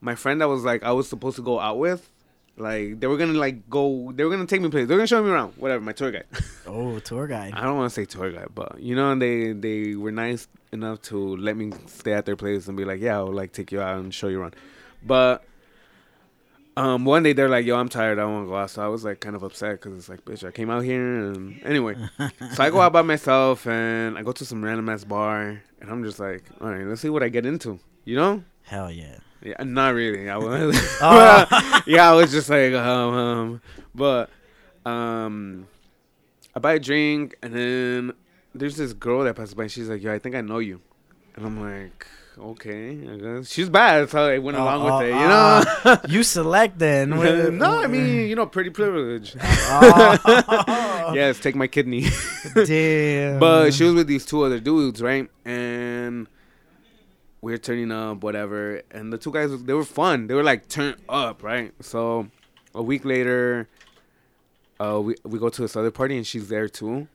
Speaker 2: my friend that was like I was supposed to go out with, like they were gonna like go, they were gonna take me places, they were gonna show me around, whatever. My tour guide.
Speaker 1: oh, tour guide.
Speaker 2: I don't want to say tour guide, but you know, they they were nice enough to let me stay at their place and be like, yeah, I'll like take you out and show you around. But um, one day they're like, yo, I'm tired, I want to go out. So I was like kind of upset because it's like, bitch, I came out here and anyway, so I go out by myself and I go to some random ass bar and I'm just like, all right, let's see what I get into, you know.
Speaker 1: Hell yeah.
Speaker 2: Yeah, not really. I was,
Speaker 1: Oh.
Speaker 2: yeah, I was just like, um, um, but um, I buy a drink, and then there's this girl that passes by. And she's like, "Yo, I think I know you," and I'm like, "Okay, I guess." she's bad." So I went
Speaker 1: Oh,
Speaker 2: along
Speaker 1: oh,
Speaker 2: with it,
Speaker 1: oh.
Speaker 2: you
Speaker 1: You select then.
Speaker 2: know. no, I mean, you know, pretty privilege.
Speaker 1: Oh,
Speaker 2: yes, take my kidney.
Speaker 1: damn.
Speaker 2: But she was with these two other dudes, right? And we are turning up, whatever. And the two guys, they were fun. They were like turn up, right? So a week later, uh, we we go to this other party, and she's there too.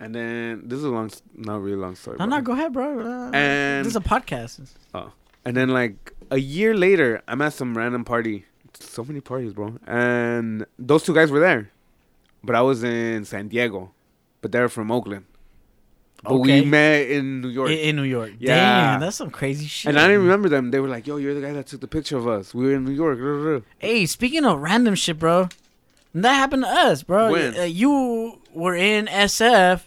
Speaker 2: And then this is a long, s- not really long story.
Speaker 1: No,
Speaker 2: but-
Speaker 1: no, go ahead, bro. Uh,
Speaker 2: And-
Speaker 1: this is a podcast.
Speaker 2: Oh. And then like a year later, I'm at some random party. So many parties, bro. And those two guys were there. But I was in San Diego. But they're from Oakland. But
Speaker 1: Okay.
Speaker 2: we met in New York.
Speaker 1: In, in New York.
Speaker 2: Yeah.
Speaker 1: Damn, that's some crazy shit.
Speaker 2: and I didn't remember them. They were like, "Yo, you're the guy that took the picture of us. We were in New York."
Speaker 1: Hey, speaking of random shit, bro, that happened to us, bro.
Speaker 2: When?
Speaker 1: Uh, you were in SF,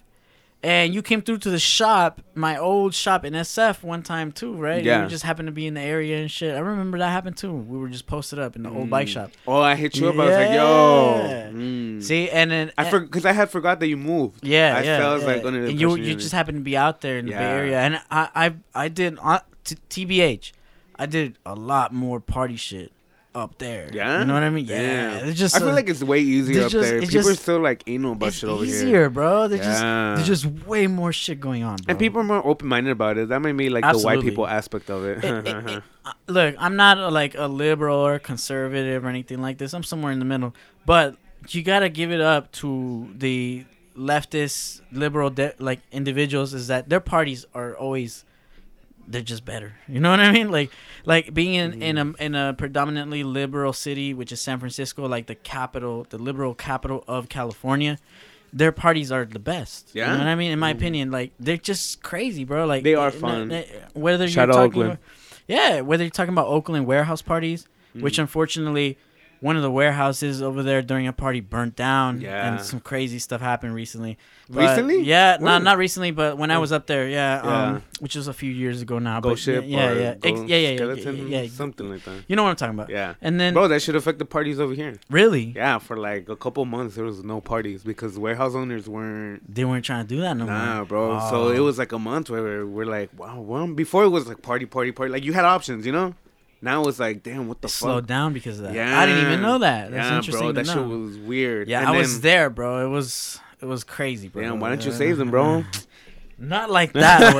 Speaker 1: and you came through to the shop, my old shop in SF, one time too, right?
Speaker 2: Yeah.
Speaker 1: You just happened to be in the area and shit. I remember that happened too. We were just posted up in the old bike shop.
Speaker 2: Oh, I hit you up. I was like, "Yo."
Speaker 1: Yeah.
Speaker 2: Mm.
Speaker 1: See, and then
Speaker 2: I because I had forgot that you moved.
Speaker 1: Yeah,
Speaker 2: I
Speaker 1: yeah,
Speaker 2: felt
Speaker 1: yeah.
Speaker 2: like under the
Speaker 1: and you
Speaker 2: impression
Speaker 1: you just happened to be out there in the Bay
Speaker 2: Yeah.
Speaker 1: Area, and I I I did uh, t- TBH, I did a lot more party shit up there.
Speaker 2: yeah,
Speaker 1: you know what I mean. Yeah,
Speaker 2: Damn.
Speaker 1: it's just
Speaker 2: I feel
Speaker 1: uh,
Speaker 2: like it's way easier
Speaker 1: there's
Speaker 2: up
Speaker 1: just-
Speaker 2: there.
Speaker 1: it's
Speaker 2: People are
Speaker 1: just-
Speaker 2: still like anal about
Speaker 1: it's
Speaker 2: shit over
Speaker 1: easier,
Speaker 2: here.
Speaker 1: bro. There's
Speaker 2: Yeah.
Speaker 1: just there's just way more shit going on, bro.
Speaker 2: And people are more open minded about it. That might be like the
Speaker 1: Absolutely.
Speaker 2: white people aspect of it.
Speaker 1: It- it- it- uh, look, I'm not a, like a liberal or conservative or anything like this. I'm somewhere in the middle. But you gotta give it up to the leftist liberal de- like individuals is that their parties are always they're just better. You know what I mean? Like like being in, in a in a predominantly liberal city, which is San Francisco, like the capital, the liberal capital of California. Their parties are the best. you
Speaker 2: Yeah? Mm-hmm.
Speaker 1: know what I mean. In my opinion, like they're just crazy, bro. Like
Speaker 2: They are
Speaker 1: no-
Speaker 2: fun.
Speaker 1: no- Whether
Speaker 2: Shout
Speaker 1: you're
Speaker 2: out
Speaker 1: talking
Speaker 2: Oakland.
Speaker 1: about- yeah, whether you're talking about Oakland warehouse parties,
Speaker 2: Mm-hmm.
Speaker 1: which unfortunately one of the warehouses over there during a party burnt down
Speaker 2: Yeah.
Speaker 1: and some crazy stuff happened recently.
Speaker 2: Recently?
Speaker 1: Yeah, not
Speaker 2: When?
Speaker 1: not recently, but when I was up there, yeah,
Speaker 2: Yeah.
Speaker 1: Um, which was a few years ago now.
Speaker 2: Go
Speaker 1: but
Speaker 2: ship
Speaker 1: yeah,
Speaker 2: or
Speaker 1: yeah,
Speaker 2: go
Speaker 1: Ex- yeah, yeah, yeah,
Speaker 2: skeleton,
Speaker 1: yeah, yeah, yeah.
Speaker 2: something like that.
Speaker 1: You know what I'm talking about.
Speaker 2: Yeah.
Speaker 1: And then
Speaker 2: Bro, that should affect the parties over here.
Speaker 1: really,
Speaker 2: Yeah, for like a couple months there was no parties because warehouse owners weren't
Speaker 1: they weren't trying to do that no
Speaker 2: nah,
Speaker 1: more. Oh,
Speaker 2: bro. So
Speaker 1: Ah.
Speaker 2: it was like a month where we're like, wow, well, before it was like party, party, party. Like you had options, you know. Now it's like, damn, what the
Speaker 1: slowed
Speaker 2: fuck?
Speaker 1: down because of that.
Speaker 2: Yeah,
Speaker 1: I didn't even know that. That's
Speaker 2: yeah,
Speaker 1: interesting
Speaker 2: bro,
Speaker 1: to
Speaker 2: that
Speaker 1: know.
Speaker 2: shit was weird.
Speaker 1: yeah,
Speaker 2: And
Speaker 1: I was
Speaker 2: then-
Speaker 1: there, bro. It was it was crazy, bro.
Speaker 2: Damn, why don't you
Speaker 1: Uh,
Speaker 2: save them, bro?
Speaker 1: Not like that.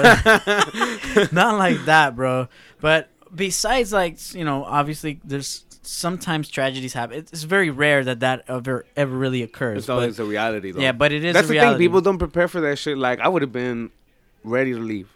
Speaker 1: bro. Not like that, bro. But besides, like s- you know, obviously there's sometimes tragedies happen. It's it's very rare that that ever ever really occurs.
Speaker 2: It's
Speaker 1: but-
Speaker 2: always a reality, though.
Speaker 1: yeah, but it is
Speaker 2: that's
Speaker 1: a
Speaker 2: the
Speaker 1: reality.
Speaker 2: thing. People don't prepare for that shit. Like I would have been ready to leave.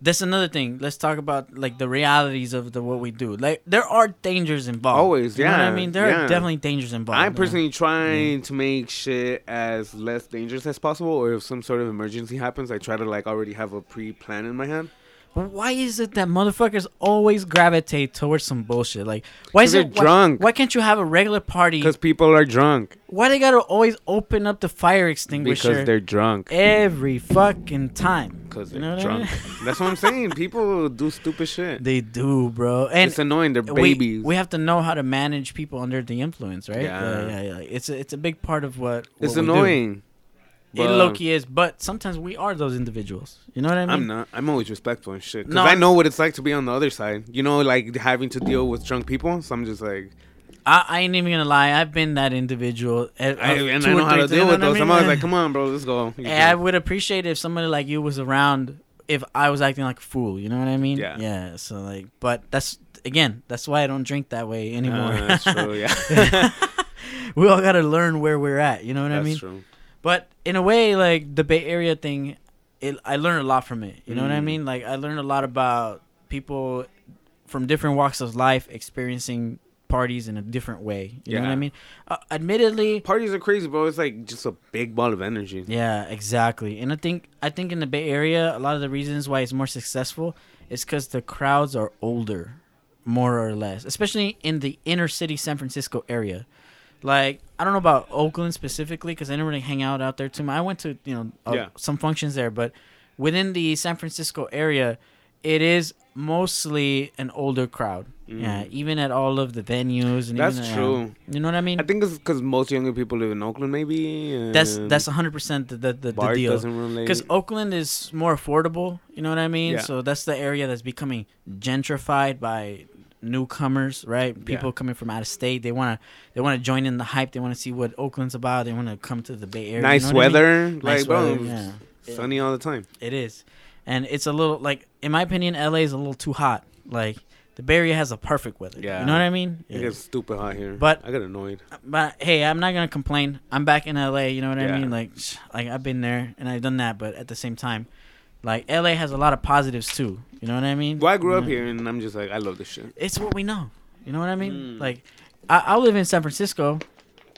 Speaker 1: That's another thing. Let's talk about like the realities of the what we do. Like there are dangers involved.
Speaker 2: Always,
Speaker 1: You know what I
Speaker 2: yeah,
Speaker 1: mean, there are
Speaker 2: yeah.
Speaker 1: definitely dangers involved.
Speaker 2: I'm
Speaker 1: man.
Speaker 2: personally
Speaker 1: Mm-hmm.
Speaker 2: trying to make shit as less dangerous as possible, or if some sort of emergency happens, I try to like already have a pre plan in my hand.
Speaker 1: why is it that motherfuckers always gravitate towards some bullshit? Like, why is
Speaker 2: they're
Speaker 1: it why-
Speaker 2: drunk.
Speaker 1: Why, can't you have a regular party?
Speaker 2: Because people are drunk.
Speaker 1: Why they gotta always open up the fire extinguisher
Speaker 2: Because they're drunk.
Speaker 1: every fucking time?
Speaker 2: Because
Speaker 1: Eh, You
Speaker 2: they're
Speaker 1: know what I
Speaker 2: drunk.
Speaker 1: mean?
Speaker 2: That's what I'm saying. People do stupid shit.
Speaker 1: They do, bro. And
Speaker 2: it's annoying. They're
Speaker 1: we-
Speaker 2: babies.
Speaker 1: We, have to know how to manage people under the influence, right?
Speaker 2: Yeah.
Speaker 1: Uh, yeah, yeah. It's a, it's a big part of what. what
Speaker 2: it's
Speaker 1: we do.
Speaker 2: annoying.
Speaker 1: It
Speaker 2: but-
Speaker 1: low key is, but sometimes we are those individuals. You know what I mean?
Speaker 2: I'm not. I'm always respectful and shit. Cause
Speaker 1: No.
Speaker 2: I know what it's like to be on the other side. You know, like having to deal with drunk people. So I'm just like,
Speaker 1: I, I ain't even gonna lie. I've been that individual. At,
Speaker 2: I,
Speaker 1: uh,
Speaker 2: and
Speaker 1: two
Speaker 2: I
Speaker 1: or
Speaker 2: know how
Speaker 1: three
Speaker 2: to
Speaker 1: times,
Speaker 2: deal
Speaker 1: you know
Speaker 2: with
Speaker 1: what I
Speaker 2: those. I'm
Speaker 1: mean?
Speaker 2: always like, come on, bro, let's go. You
Speaker 1: Hey, I
Speaker 2: can-
Speaker 1: would appreciate if somebody like you was around if I was acting like a fool. You know what I mean?
Speaker 2: Yeah.
Speaker 1: Yeah. So like, but that's again, that's why I don't drink that way anymore.
Speaker 2: Uh, that's true. Yeah, that's
Speaker 1: we all gotta learn where we're at. You know what I mean?
Speaker 2: true.
Speaker 1: But in a way, like the Bay Area thing, it, I learned a lot from it. You know what I
Speaker 2: Mm.
Speaker 1: mean? Like I learned a lot about people from different walks of life experiencing parties in a different way. You know what
Speaker 2: Yeah.
Speaker 1: I mean? Uh, admittedly,
Speaker 2: Parties are crazy, bro. It's like just a big ball of energy.
Speaker 1: yeah, exactly. And I think I think in the Bay Area, a lot of the reasons why it's more successful is because the crowds are older, more or less, especially in the inner city San Francisco area. Like I don't know about Oakland specifically because I didn't really hang out out there too much. I went to you know uh,
Speaker 2: Yeah.
Speaker 1: some functions there, but within the San Francisco area, it is mostly an older crowd. Yeah, even at all of the venues and
Speaker 2: Mm. That's
Speaker 1: even, uh,
Speaker 2: true.
Speaker 1: you know what I mean?
Speaker 2: I think it's because most younger people live in Oakland, maybe. And
Speaker 1: that's that's 100 percent the the, the, the
Speaker 2: Bart
Speaker 1: deal
Speaker 2: doesn't relate.
Speaker 1: because Oakland is more affordable. You know what I mean?
Speaker 2: Yeah.
Speaker 1: So that's the area that's becoming gentrified by newcomers, right? People coming from out of state. They wanna they wanna join in the hype. They wanna see what Oakland's about. They wanna come to the Bay Area.
Speaker 2: nice
Speaker 1: you know what I mean?
Speaker 2: weather, like
Speaker 1: Nice
Speaker 2: bro,
Speaker 1: weather, yeah.
Speaker 2: it's sunny all the time.
Speaker 1: It is, and it's a little like in my opinion, LA is a little too hot. Like the Bay Area has a perfect weather.
Speaker 2: Yeah.
Speaker 1: You know what I mean?
Speaker 2: It gets stupid hot here.
Speaker 1: But-
Speaker 2: I got annoyed.
Speaker 1: but hey, I'm not gonna complain. I'm back in LA. You know what
Speaker 2: Yeah.
Speaker 1: I mean? Like, sh- like I've been there and I've done that, but at the same time, like LA has a lot of positives too. You know what I mean?
Speaker 2: Well, I grew up
Speaker 1: Yeah.
Speaker 2: here, and I'm just like, I love this shit.
Speaker 1: It's what we know. You know what I mean?
Speaker 2: Mm.
Speaker 1: Like, I, I live in San Francisco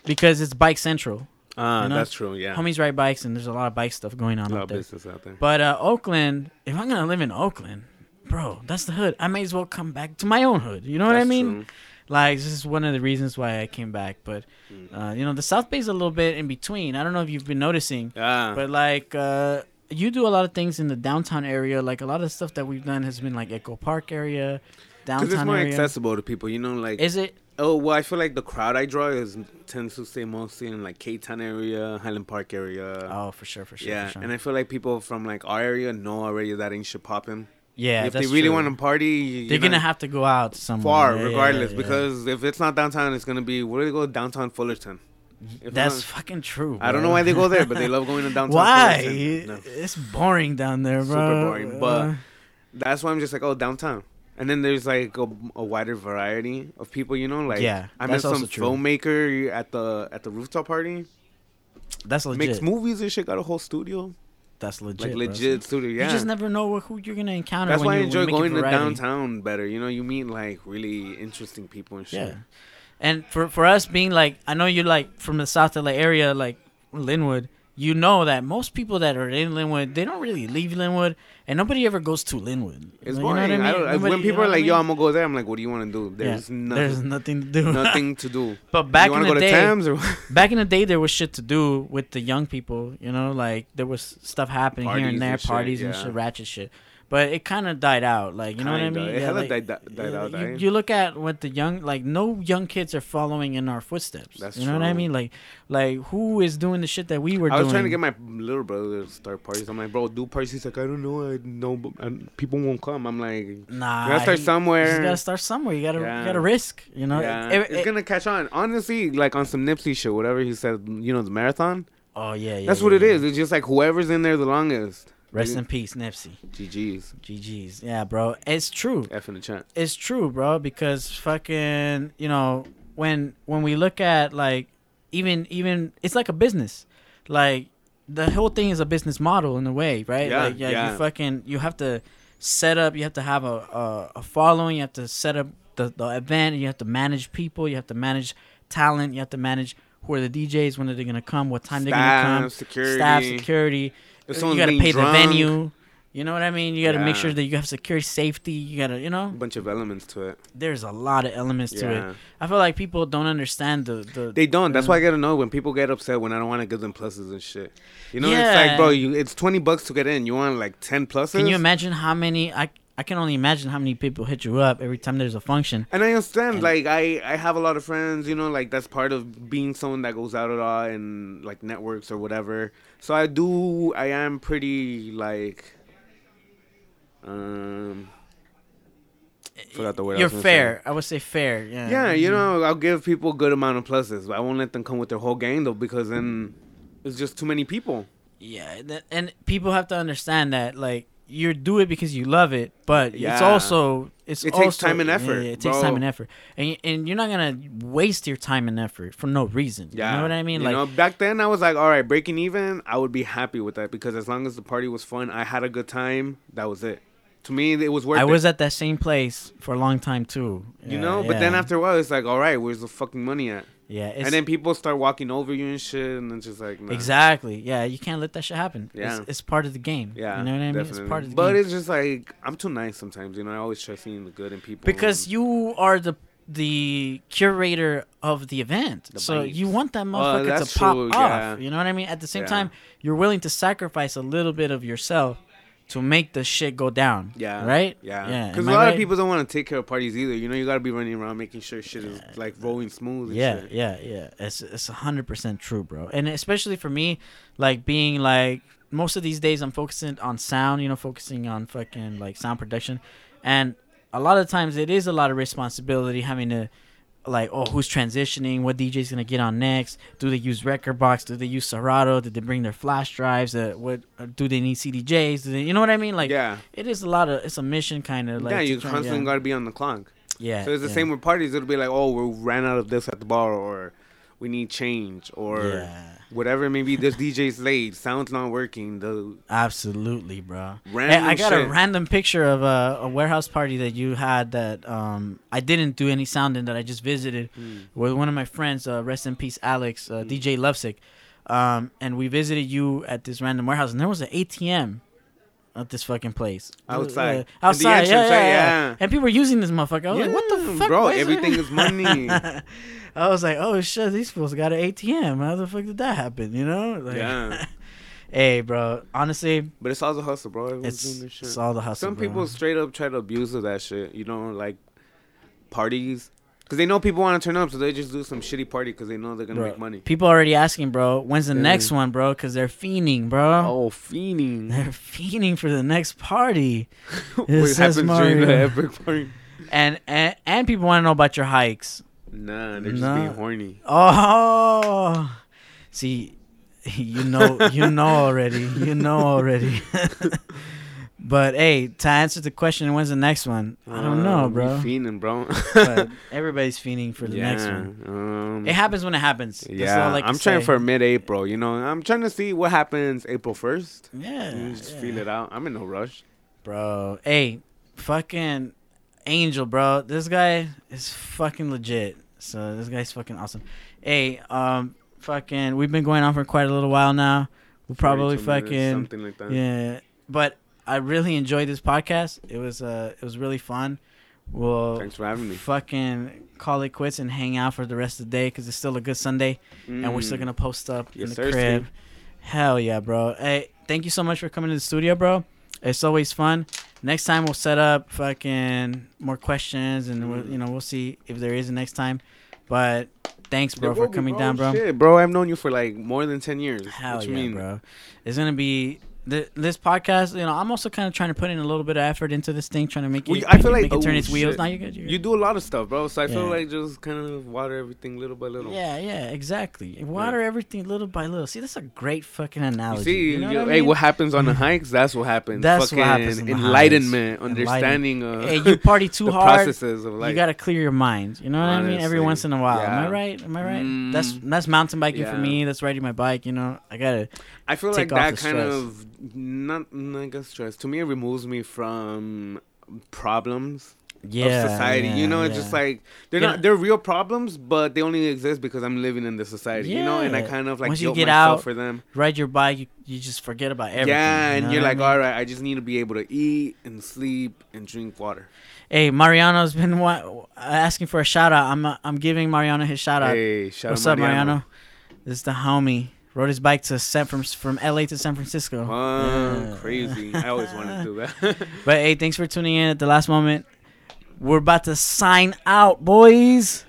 Speaker 1: because it's bike central.
Speaker 2: Ah,
Speaker 1: You know,
Speaker 2: that's true. Yeah,
Speaker 1: Homies ride bikes, and there's a lot of bike stuff going on
Speaker 2: a lot
Speaker 1: out
Speaker 2: of
Speaker 1: there.
Speaker 2: business out there.
Speaker 1: But uh, Oakland, if I'm gonna live in Oakland, bro, that's the hood. I may as well come back to my own hood. You know what I
Speaker 2: That's
Speaker 1: mean?
Speaker 2: true.
Speaker 1: Like this is one of the reasons why I came back. But
Speaker 2: Mm.
Speaker 1: uh, you know, the South Bay is a little bit in between. I don't know if you've been noticing,
Speaker 2: Ah,
Speaker 1: but like uh, you do a lot of things in the downtown area. Like a lot of the stuff that we've done has been like Echo Park area,
Speaker 2: because it's
Speaker 1: downtown
Speaker 2: more
Speaker 1: area.
Speaker 2: accessible to people. You know, like
Speaker 1: Is it?
Speaker 2: Oh well, I feel like the crowd I draw is tends to stay mostly in like Cape Town area, Highland Park area.
Speaker 1: Oh, for sure, for sure.
Speaker 2: yeah,
Speaker 1: for sure.
Speaker 2: and I feel like people from like our area know already that ain't shit popping.
Speaker 1: yeah.
Speaker 2: if they
Speaker 1: that's
Speaker 2: really
Speaker 1: true.
Speaker 2: want to party, you
Speaker 1: they're
Speaker 2: know,
Speaker 1: gonna have to go out somewhere.
Speaker 2: far
Speaker 1: Yeah, yeah,
Speaker 2: regardless
Speaker 1: yeah.
Speaker 2: because if it's not downtown, it's gonna be where do they go downtown Fullerton. If
Speaker 1: that's
Speaker 2: not-
Speaker 1: fucking true.
Speaker 2: I don't know
Speaker 1: bro.
Speaker 2: why they go there, but they love going to downtown.
Speaker 1: Why?
Speaker 2: Fullerton. No.
Speaker 1: It's boring down there, bro. Uh,
Speaker 2: Super boring, but- That's why I'm just like, oh, downtown. And then there's like a, a wider variety of people, you know. Like,
Speaker 1: Yeah,
Speaker 2: I met
Speaker 1: that's
Speaker 2: some
Speaker 1: also true.
Speaker 2: filmmaker at the at the rooftop party.
Speaker 1: that's legit.
Speaker 2: Makes movies and shit. Got a whole studio,
Speaker 1: That's legit.
Speaker 2: like
Speaker 1: bro.
Speaker 2: legit studio. Yeah,
Speaker 1: You just never know who you're gonna encounter.
Speaker 2: that's
Speaker 1: when
Speaker 2: why I
Speaker 1: you
Speaker 2: enjoy
Speaker 1: make it
Speaker 2: going to
Speaker 1: variety.
Speaker 2: downtown better. You know, you meet like really interesting people and shit.
Speaker 1: Yeah, and for for us being like, I know you're like from the South LA area, like Linwood. You know that most people that are in Linwood, they don't really leave Linwood, and nobody ever goes to Linwood. Like,
Speaker 2: It's
Speaker 1: you know what
Speaker 2: boring.
Speaker 1: I
Speaker 2: I
Speaker 1: mean?
Speaker 2: don't,
Speaker 1: Nobody-
Speaker 2: when
Speaker 1: you know
Speaker 2: people are
Speaker 1: what I
Speaker 2: like, "Yo,
Speaker 1: mean?
Speaker 2: I'm gonna go there," I'm like, "What do you want to do?"
Speaker 1: Yeah,
Speaker 2: There's
Speaker 1: there's
Speaker 2: nothing,
Speaker 1: nothing to do.
Speaker 2: nothing to do.
Speaker 1: But back
Speaker 2: you
Speaker 1: in the
Speaker 2: wanna go
Speaker 1: day-
Speaker 2: to Tams or what?
Speaker 1: Back in the day, there was shit to do with the young people. You know, like there was stuff happening here
Speaker 2: Parties
Speaker 1: and there,
Speaker 2: and shit,
Speaker 1: parties and
Speaker 2: yeah.
Speaker 1: shit, ratchet shit. But it kind of died out. Like you know what I
Speaker 2: Kinda.
Speaker 1: mean?
Speaker 2: It hella
Speaker 1: like,
Speaker 2: died- died- died out, eh?
Speaker 1: you-
Speaker 2: right?
Speaker 1: You look at what the young like no young kids are following in our footsteps.
Speaker 2: That's
Speaker 1: you know what I
Speaker 2: true.
Speaker 1: mean? Like like who is doing the shit that we were
Speaker 2: I was
Speaker 1: doing?
Speaker 2: trying to get my little brother to start parties. I'm like, bro, do parties. He's like, I don't know. I know, but and people won't come. I'm like,
Speaker 1: Nah,
Speaker 2: You gotta start
Speaker 1: he- You
Speaker 2: somewhere.
Speaker 1: just gotta start somewhere. You gotta
Speaker 2: Yeah.
Speaker 1: you gotta risk. You know.
Speaker 2: yeah,
Speaker 1: It-
Speaker 2: it's
Speaker 1: it-
Speaker 2: gonna catch on. Honestly, like on some Nipsey shit, whatever he said, you know, the marathon.
Speaker 1: oh yeah, yeah.
Speaker 2: That's
Speaker 1: yeah,
Speaker 2: what it
Speaker 1: yeah.
Speaker 2: is. It's just like whoever's in there the longest.
Speaker 1: Rest in peace, Nipsey.
Speaker 2: GG's.
Speaker 1: GG's. Yeah, bro. It's true.
Speaker 2: F in the chat.
Speaker 1: it's true, bro, because fucking, you know, when when we look at like even even it's like a business. Like the whole thing is a business model in a way, right?
Speaker 2: Yeah,
Speaker 1: like yeah,
Speaker 2: yeah.
Speaker 1: you fucking you have to set up, you have to have a a, a following, you have to set up the, the event, you have to manage people, you have to manage talent, you have to manage who are the DJs, when are they gonna come, what time they're gonna
Speaker 2: Staff,
Speaker 1: come,
Speaker 2: security.
Speaker 1: staff, security.
Speaker 2: If
Speaker 1: you
Speaker 2: someone's
Speaker 1: gotta
Speaker 2: being
Speaker 1: pay the
Speaker 2: drunk.
Speaker 1: venue. You know what I mean? You got to make
Speaker 2: Yeah.
Speaker 1: sure that you have secure safety. You got to, you
Speaker 2: A
Speaker 1: know,
Speaker 2: bunch of elements to it.
Speaker 1: there's a lot of elements to
Speaker 2: Yeah.
Speaker 1: it. I feel like people don't understand the the.
Speaker 2: They don't. That's
Speaker 1: Yeah.
Speaker 2: why I gotta know when people get upset when I don't want to give them pluses and shit. You know, it's
Speaker 1: Yeah.
Speaker 2: like, bro, you it's twenty bucks to get in. You want like ten pluses?
Speaker 1: can you imagine how many? I I can only imagine how many people hit you up every time there's a function.
Speaker 2: And I understand, like I, I have a lot of friends, you know, like that's part of being someone that goes out a lot and like networks or whatever. So I do, I am pretty like, um, forgot the word. I
Speaker 1: You're
Speaker 2: was gonna say.
Speaker 1: fair. I would say fair. Yeah.
Speaker 2: Yeah, you know, I'll give people a good amount of pluses, but I won't let them come with their whole gang though, because then it's just too many people.
Speaker 1: Yeah, that, and people have to understand that like you do it because you love it, but it's
Speaker 2: Yeah.
Speaker 1: also it's
Speaker 2: It takes
Speaker 1: also-
Speaker 2: time and
Speaker 1: yeah,
Speaker 2: effort,
Speaker 1: yeah, it takes time
Speaker 2: bro.
Speaker 1: and effort, and y- and you're not gonna waste your time and effort for no reason.
Speaker 2: Yeah,
Speaker 1: you know what I mean?
Speaker 2: You
Speaker 1: like
Speaker 2: know, back then I was like, all right, breaking even, I would be happy with that because as long as the party was fun, I had a good time. That was it. To me, it was worth.
Speaker 1: I
Speaker 2: it.
Speaker 1: was at that same place for a long time too.
Speaker 2: You
Speaker 1: Yeah,
Speaker 2: know, but then
Speaker 1: yeah.
Speaker 2: after a while, it's like, all right, where's the fucking money at?
Speaker 1: yeah, it's,
Speaker 2: and then people start walking over you and shit, and it's just like, nah.
Speaker 1: exactly yeah, you can't let that shit happen.
Speaker 2: Yeah.
Speaker 1: it's, it's part of the game.
Speaker 2: Yeah,
Speaker 1: you know what I mean?
Speaker 2: definitely.
Speaker 1: It's part of the
Speaker 2: but
Speaker 1: game
Speaker 2: it's just like I'm too nice sometimes. You know, I always try seeing the good in people.
Speaker 1: because you are the the curator of the event, so
Speaker 2: vibes.
Speaker 1: you want that motherfucker
Speaker 2: Uh, that's
Speaker 1: to pop
Speaker 2: true, yeah.
Speaker 1: off. You know what I mean? At the same
Speaker 2: Yeah.
Speaker 1: time, you're willing to sacrifice a little bit of yourself to make the shit go down.
Speaker 2: yeah,
Speaker 1: right.
Speaker 2: yeah,
Speaker 1: yeah.
Speaker 2: Because
Speaker 1: am
Speaker 2: a
Speaker 1: I
Speaker 2: lot
Speaker 1: right?
Speaker 2: of people don't want to take care of parties either. You know, you gotta be running around making sure shit is like rolling smooth. And
Speaker 1: Yeah,
Speaker 2: shit.
Speaker 1: yeah, yeah. It's it's hundred percent true, bro. And especially for me, like being like most of these days, I'm focusing on sound. You know, focusing on fucking like sound production, and a lot of times it is a lot of responsibility having to. Like oh who's transitioning? What DJ's gonna get on next? Do they use record box? Do they use Serato? Did they bring their flash drives? Uh, what uh, do they need CDJs? Do they, you know what I mean? Like
Speaker 2: Yeah.
Speaker 1: it is a lot of it's a mission kind of like
Speaker 2: yeah,
Speaker 1: to
Speaker 2: you
Speaker 1: try-
Speaker 2: constantly
Speaker 1: yeah.
Speaker 2: gotta be on the clock.
Speaker 1: yeah
Speaker 2: So it's the
Speaker 1: yeah.
Speaker 2: same with parties. It'll be like, oh, we ran out of this at the bar, or we need change, or
Speaker 1: Yeah.
Speaker 2: whatever. Maybe this DJ's late, sound's not working. The
Speaker 1: Absolutely, bro.
Speaker 2: Random
Speaker 1: Hey, I got a
Speaker 2: shit.
Speaker 1: random picture of a, a warehouse party that you had that um I didn't do any sound in that I just visited
Speaker 2: Hmm.
Speaker 1: with one of my friends. Uh, rest in peace, Alex, uh, DJ Lovesick. Um, and we visited you at this random warehouse, and there was an ATM at this fucking place
Speaker 2: Outside.
Speaker 1: Uh,
Speaker 2: At the
Speaker 1: outside, yeah, yeah,
Speaker 2: entrance, right?
Speaker 1: yeah.
Speaker 2: Yeah.
Speaker 1: And people were using this motherfucker. I was like, what the
Speaker 2: Yeah,
Speaker 1: fuck,
Speaker 2: bro?
Speaker 1: Why is there-
Speaker 2: Everything is money.
Speaker 1: I was like, oh shit, these fools got an ATM. How the fuck did that happen? You know? Like,
Speaker 2: yeah,
Speaker 1: Hey, bro. Honestly,
Speaker 2: but it's all the hustle, bro. Everyone's
Speaker 1: it's,
Speaker 2: doing this shit.
Speaker 1: it's all the hustle.
Speaker 2: Some
Speaker 1: bro.
Speaker 2: people straight up try to abuse of that shit. You know, like parties, because they know people want to turn up, so they just do some shitty party because they know they're gonna
Speaker 1: Bro,
Speaker 2: make money.
Speaker 1: People already asking, bro, when's the next one, bro? Because they're fiending, bro.
Speaker 2: Oh, fiending!
Speaker 1: They're fiending for the next party. It
Speaker 2: what
Speaker 1: says
Speaker 2: happens during the
Speaker 1: Mario.
Speaker 2: epic party?
Speaker 1: And, and and people want to know about your hikes.
Speaker 2: Nah, they're just
Speaker 1: Nah.
Speaker 2: being horny.
Speaker 1: Oh, see, you know, you know already, you know already. but hey, to answer the question, when's the next one? I don't
Speaker 2: Uh,
Speaker 1: know,
Speaker 2: we
Speaker 1: bro.
Speaker 2: Fiending, bro.
Speaker 1: But everybody's fiending for the
Speaker 2: yeah.
Speaker 1: next one.
Speaker 2: Um,
Speaker 1: It happens when it happens. That's
Speaker 2: yeah,
Speaker 1: all I can
Speaker 2: I'm trying
Speaker 1: say.
Speaker 2: for mid-April. You know, I'm trying to see what happens April first.
Speaker 1: yeah,
Speaker 2: You just
Speaker 1: yeah.
Speaker 2: feel it out. I'm in no rush.
Speaker 1: Bro, hey, fucking Angel, bro. This guy is fucking legit. So this guy's fucking awesome. Hey, um, fucking, we've been going on for quite a little while now. We'll probably
Speaker 2: 42 minutes,
Speaker 1: fucking
Speaker 2: something like that.
Speaker 1: yeah. But I really enjoyed this podcast. It was uh, it was really fun. We'll
Speaker 2: Thanks for having me.
Speaker 1: fucking call it quits and hang out for the rest of the day because it's still a good Sunday and
Speaker 2: Mm.
Speaker 1: we're still gonna post up in
Speaker 2: Yes,
Speaker 1: the
Speaker 2: sir,
Speaker 1: crib.
Speaker 2: Steve.
Speaker 1: Hell yeah, bro! Hey, thank you so much for coming to the studio, bro. It's always fun. Next time we'll set up fucking more questions, and we'll, you know we'll see if there is a next time. But thanks, bro,
Speaker 2: There
Speaker 1: for
Speaker 2: will be,
Speaker 1: coming down, bro.
Speaker 2: Shit, bro, I've known you for like more than ten years.
Speaker 1: Hell
Speaker 2: what you
Speaker 1: yeah,
Speaker 2: mean?
Speaker 1: bro! It's gonna be th- this podcast. You know, I'm also kind of trying to put in a little bit of effort into this thing, trying to make it,
Speaker 2: We- I feel
Speaker 1: make
Speaker 2: like
Speaker 1: it turn
Speaker 2: oh,
Speaker 1: its wheels.
Speaker 2: shit.
Speaker 1: Now you're good. You're good.
Speaker 2: You do a lot of stuff, bro. So I feel
Speaker 1: Yeah.
Speaker 2: like just kind of water everything little by little.
Speaker 1: Yeah, yeah, exactly. Water everything little by little. See, that's a great fucking
Speaker 2: You
Speaker 1: analogy.
Speaker 2: see,
Speaker 1: You know what
Speaker 2: you-
Speaker 1: I
Speaker 2: hey,
Speaker 1: mean?
Speaker 2: what happens on the hikes? That's what happens.
Speaker 1: That's
Speaker 2: Fucking
Speaker 1: what happens on the hikes.
Speaker 2: enlightenment,
Speaker 1: Enlighten-
Speaker 2: understanding of
Speaker 1: Hey, you party too
Speaker 2: the
Speaker 1: hard.
Speaker 2: processes of life.
Speaker 1: you gotta clear your mind. You know what I mean? Every
Speaker 2: Honestly,
Speaker 1: once in a while. Am I
Speaker 2: yeah.
Speaker 1: right? Am I right?
Speaker 2: Mm.
Speaker 1: that's that's mountain biking for
Speaker 2: Yeah.
Speaker 1: me. That's riding my bike. You know, I gotta.
Speaker 2: I feel like
Speaker 1: take off
Speaker 2: that
Speaker 1: the
Speaker 2: kind
Speaker 1: stress.
Speaker 2: of not not I guess stress. To me, it removes me from problems
Speaker 1: yeah,
Speaker 2: of society.
Speaker 1: yeah,
Speaker 2: you know, it's
Speaker 1: yeah.
Speaker 2: just like they're
Speaker 1: You
Speaker 2: not
Speaker 1: know-
Speaker 2: they're real problems, but they only exist because I'm living in the society. You know, and I
Speaker 1: Yeah.
Speaker 2: kind of like
Speaker 1: Once you
Speaker 2: guilt
Speaker 1: get
Speaker 2: myself
Speaker 1: out,
Speaker 2: for them.
Speaker 1: ride your bike, you, you just forget about everything.
Speaker 2: yeah,
Speaker 1: you
Speaker 2: and
Speaker 1: know
Speaker 2: you're
Speaker 1: what I
Speaker 2: like, "Oh."
Speaker 1: mean?
Speaker 2: all right, I just need to be able to eat and sleep and drink water.
Speaker 1: Hey, Mariano's been wa- asking for a shout out. I'm uh, I'm giving Mariano his shout out.
Speaker 2: Hey, shout
Speaker 1: What's
Speaker 2: out
Speaker 1: up, Mariano? This is the homie. Rode his bike to San Fran- from LA to San Francisco.
Speaker 2: Wow,
Speaker 1: Yeah.
Speaker 2: crazy! I always wanted to do that.
Speaker 1: But hey, thanks for tuning in at the last moment. We're about to sign out, boys.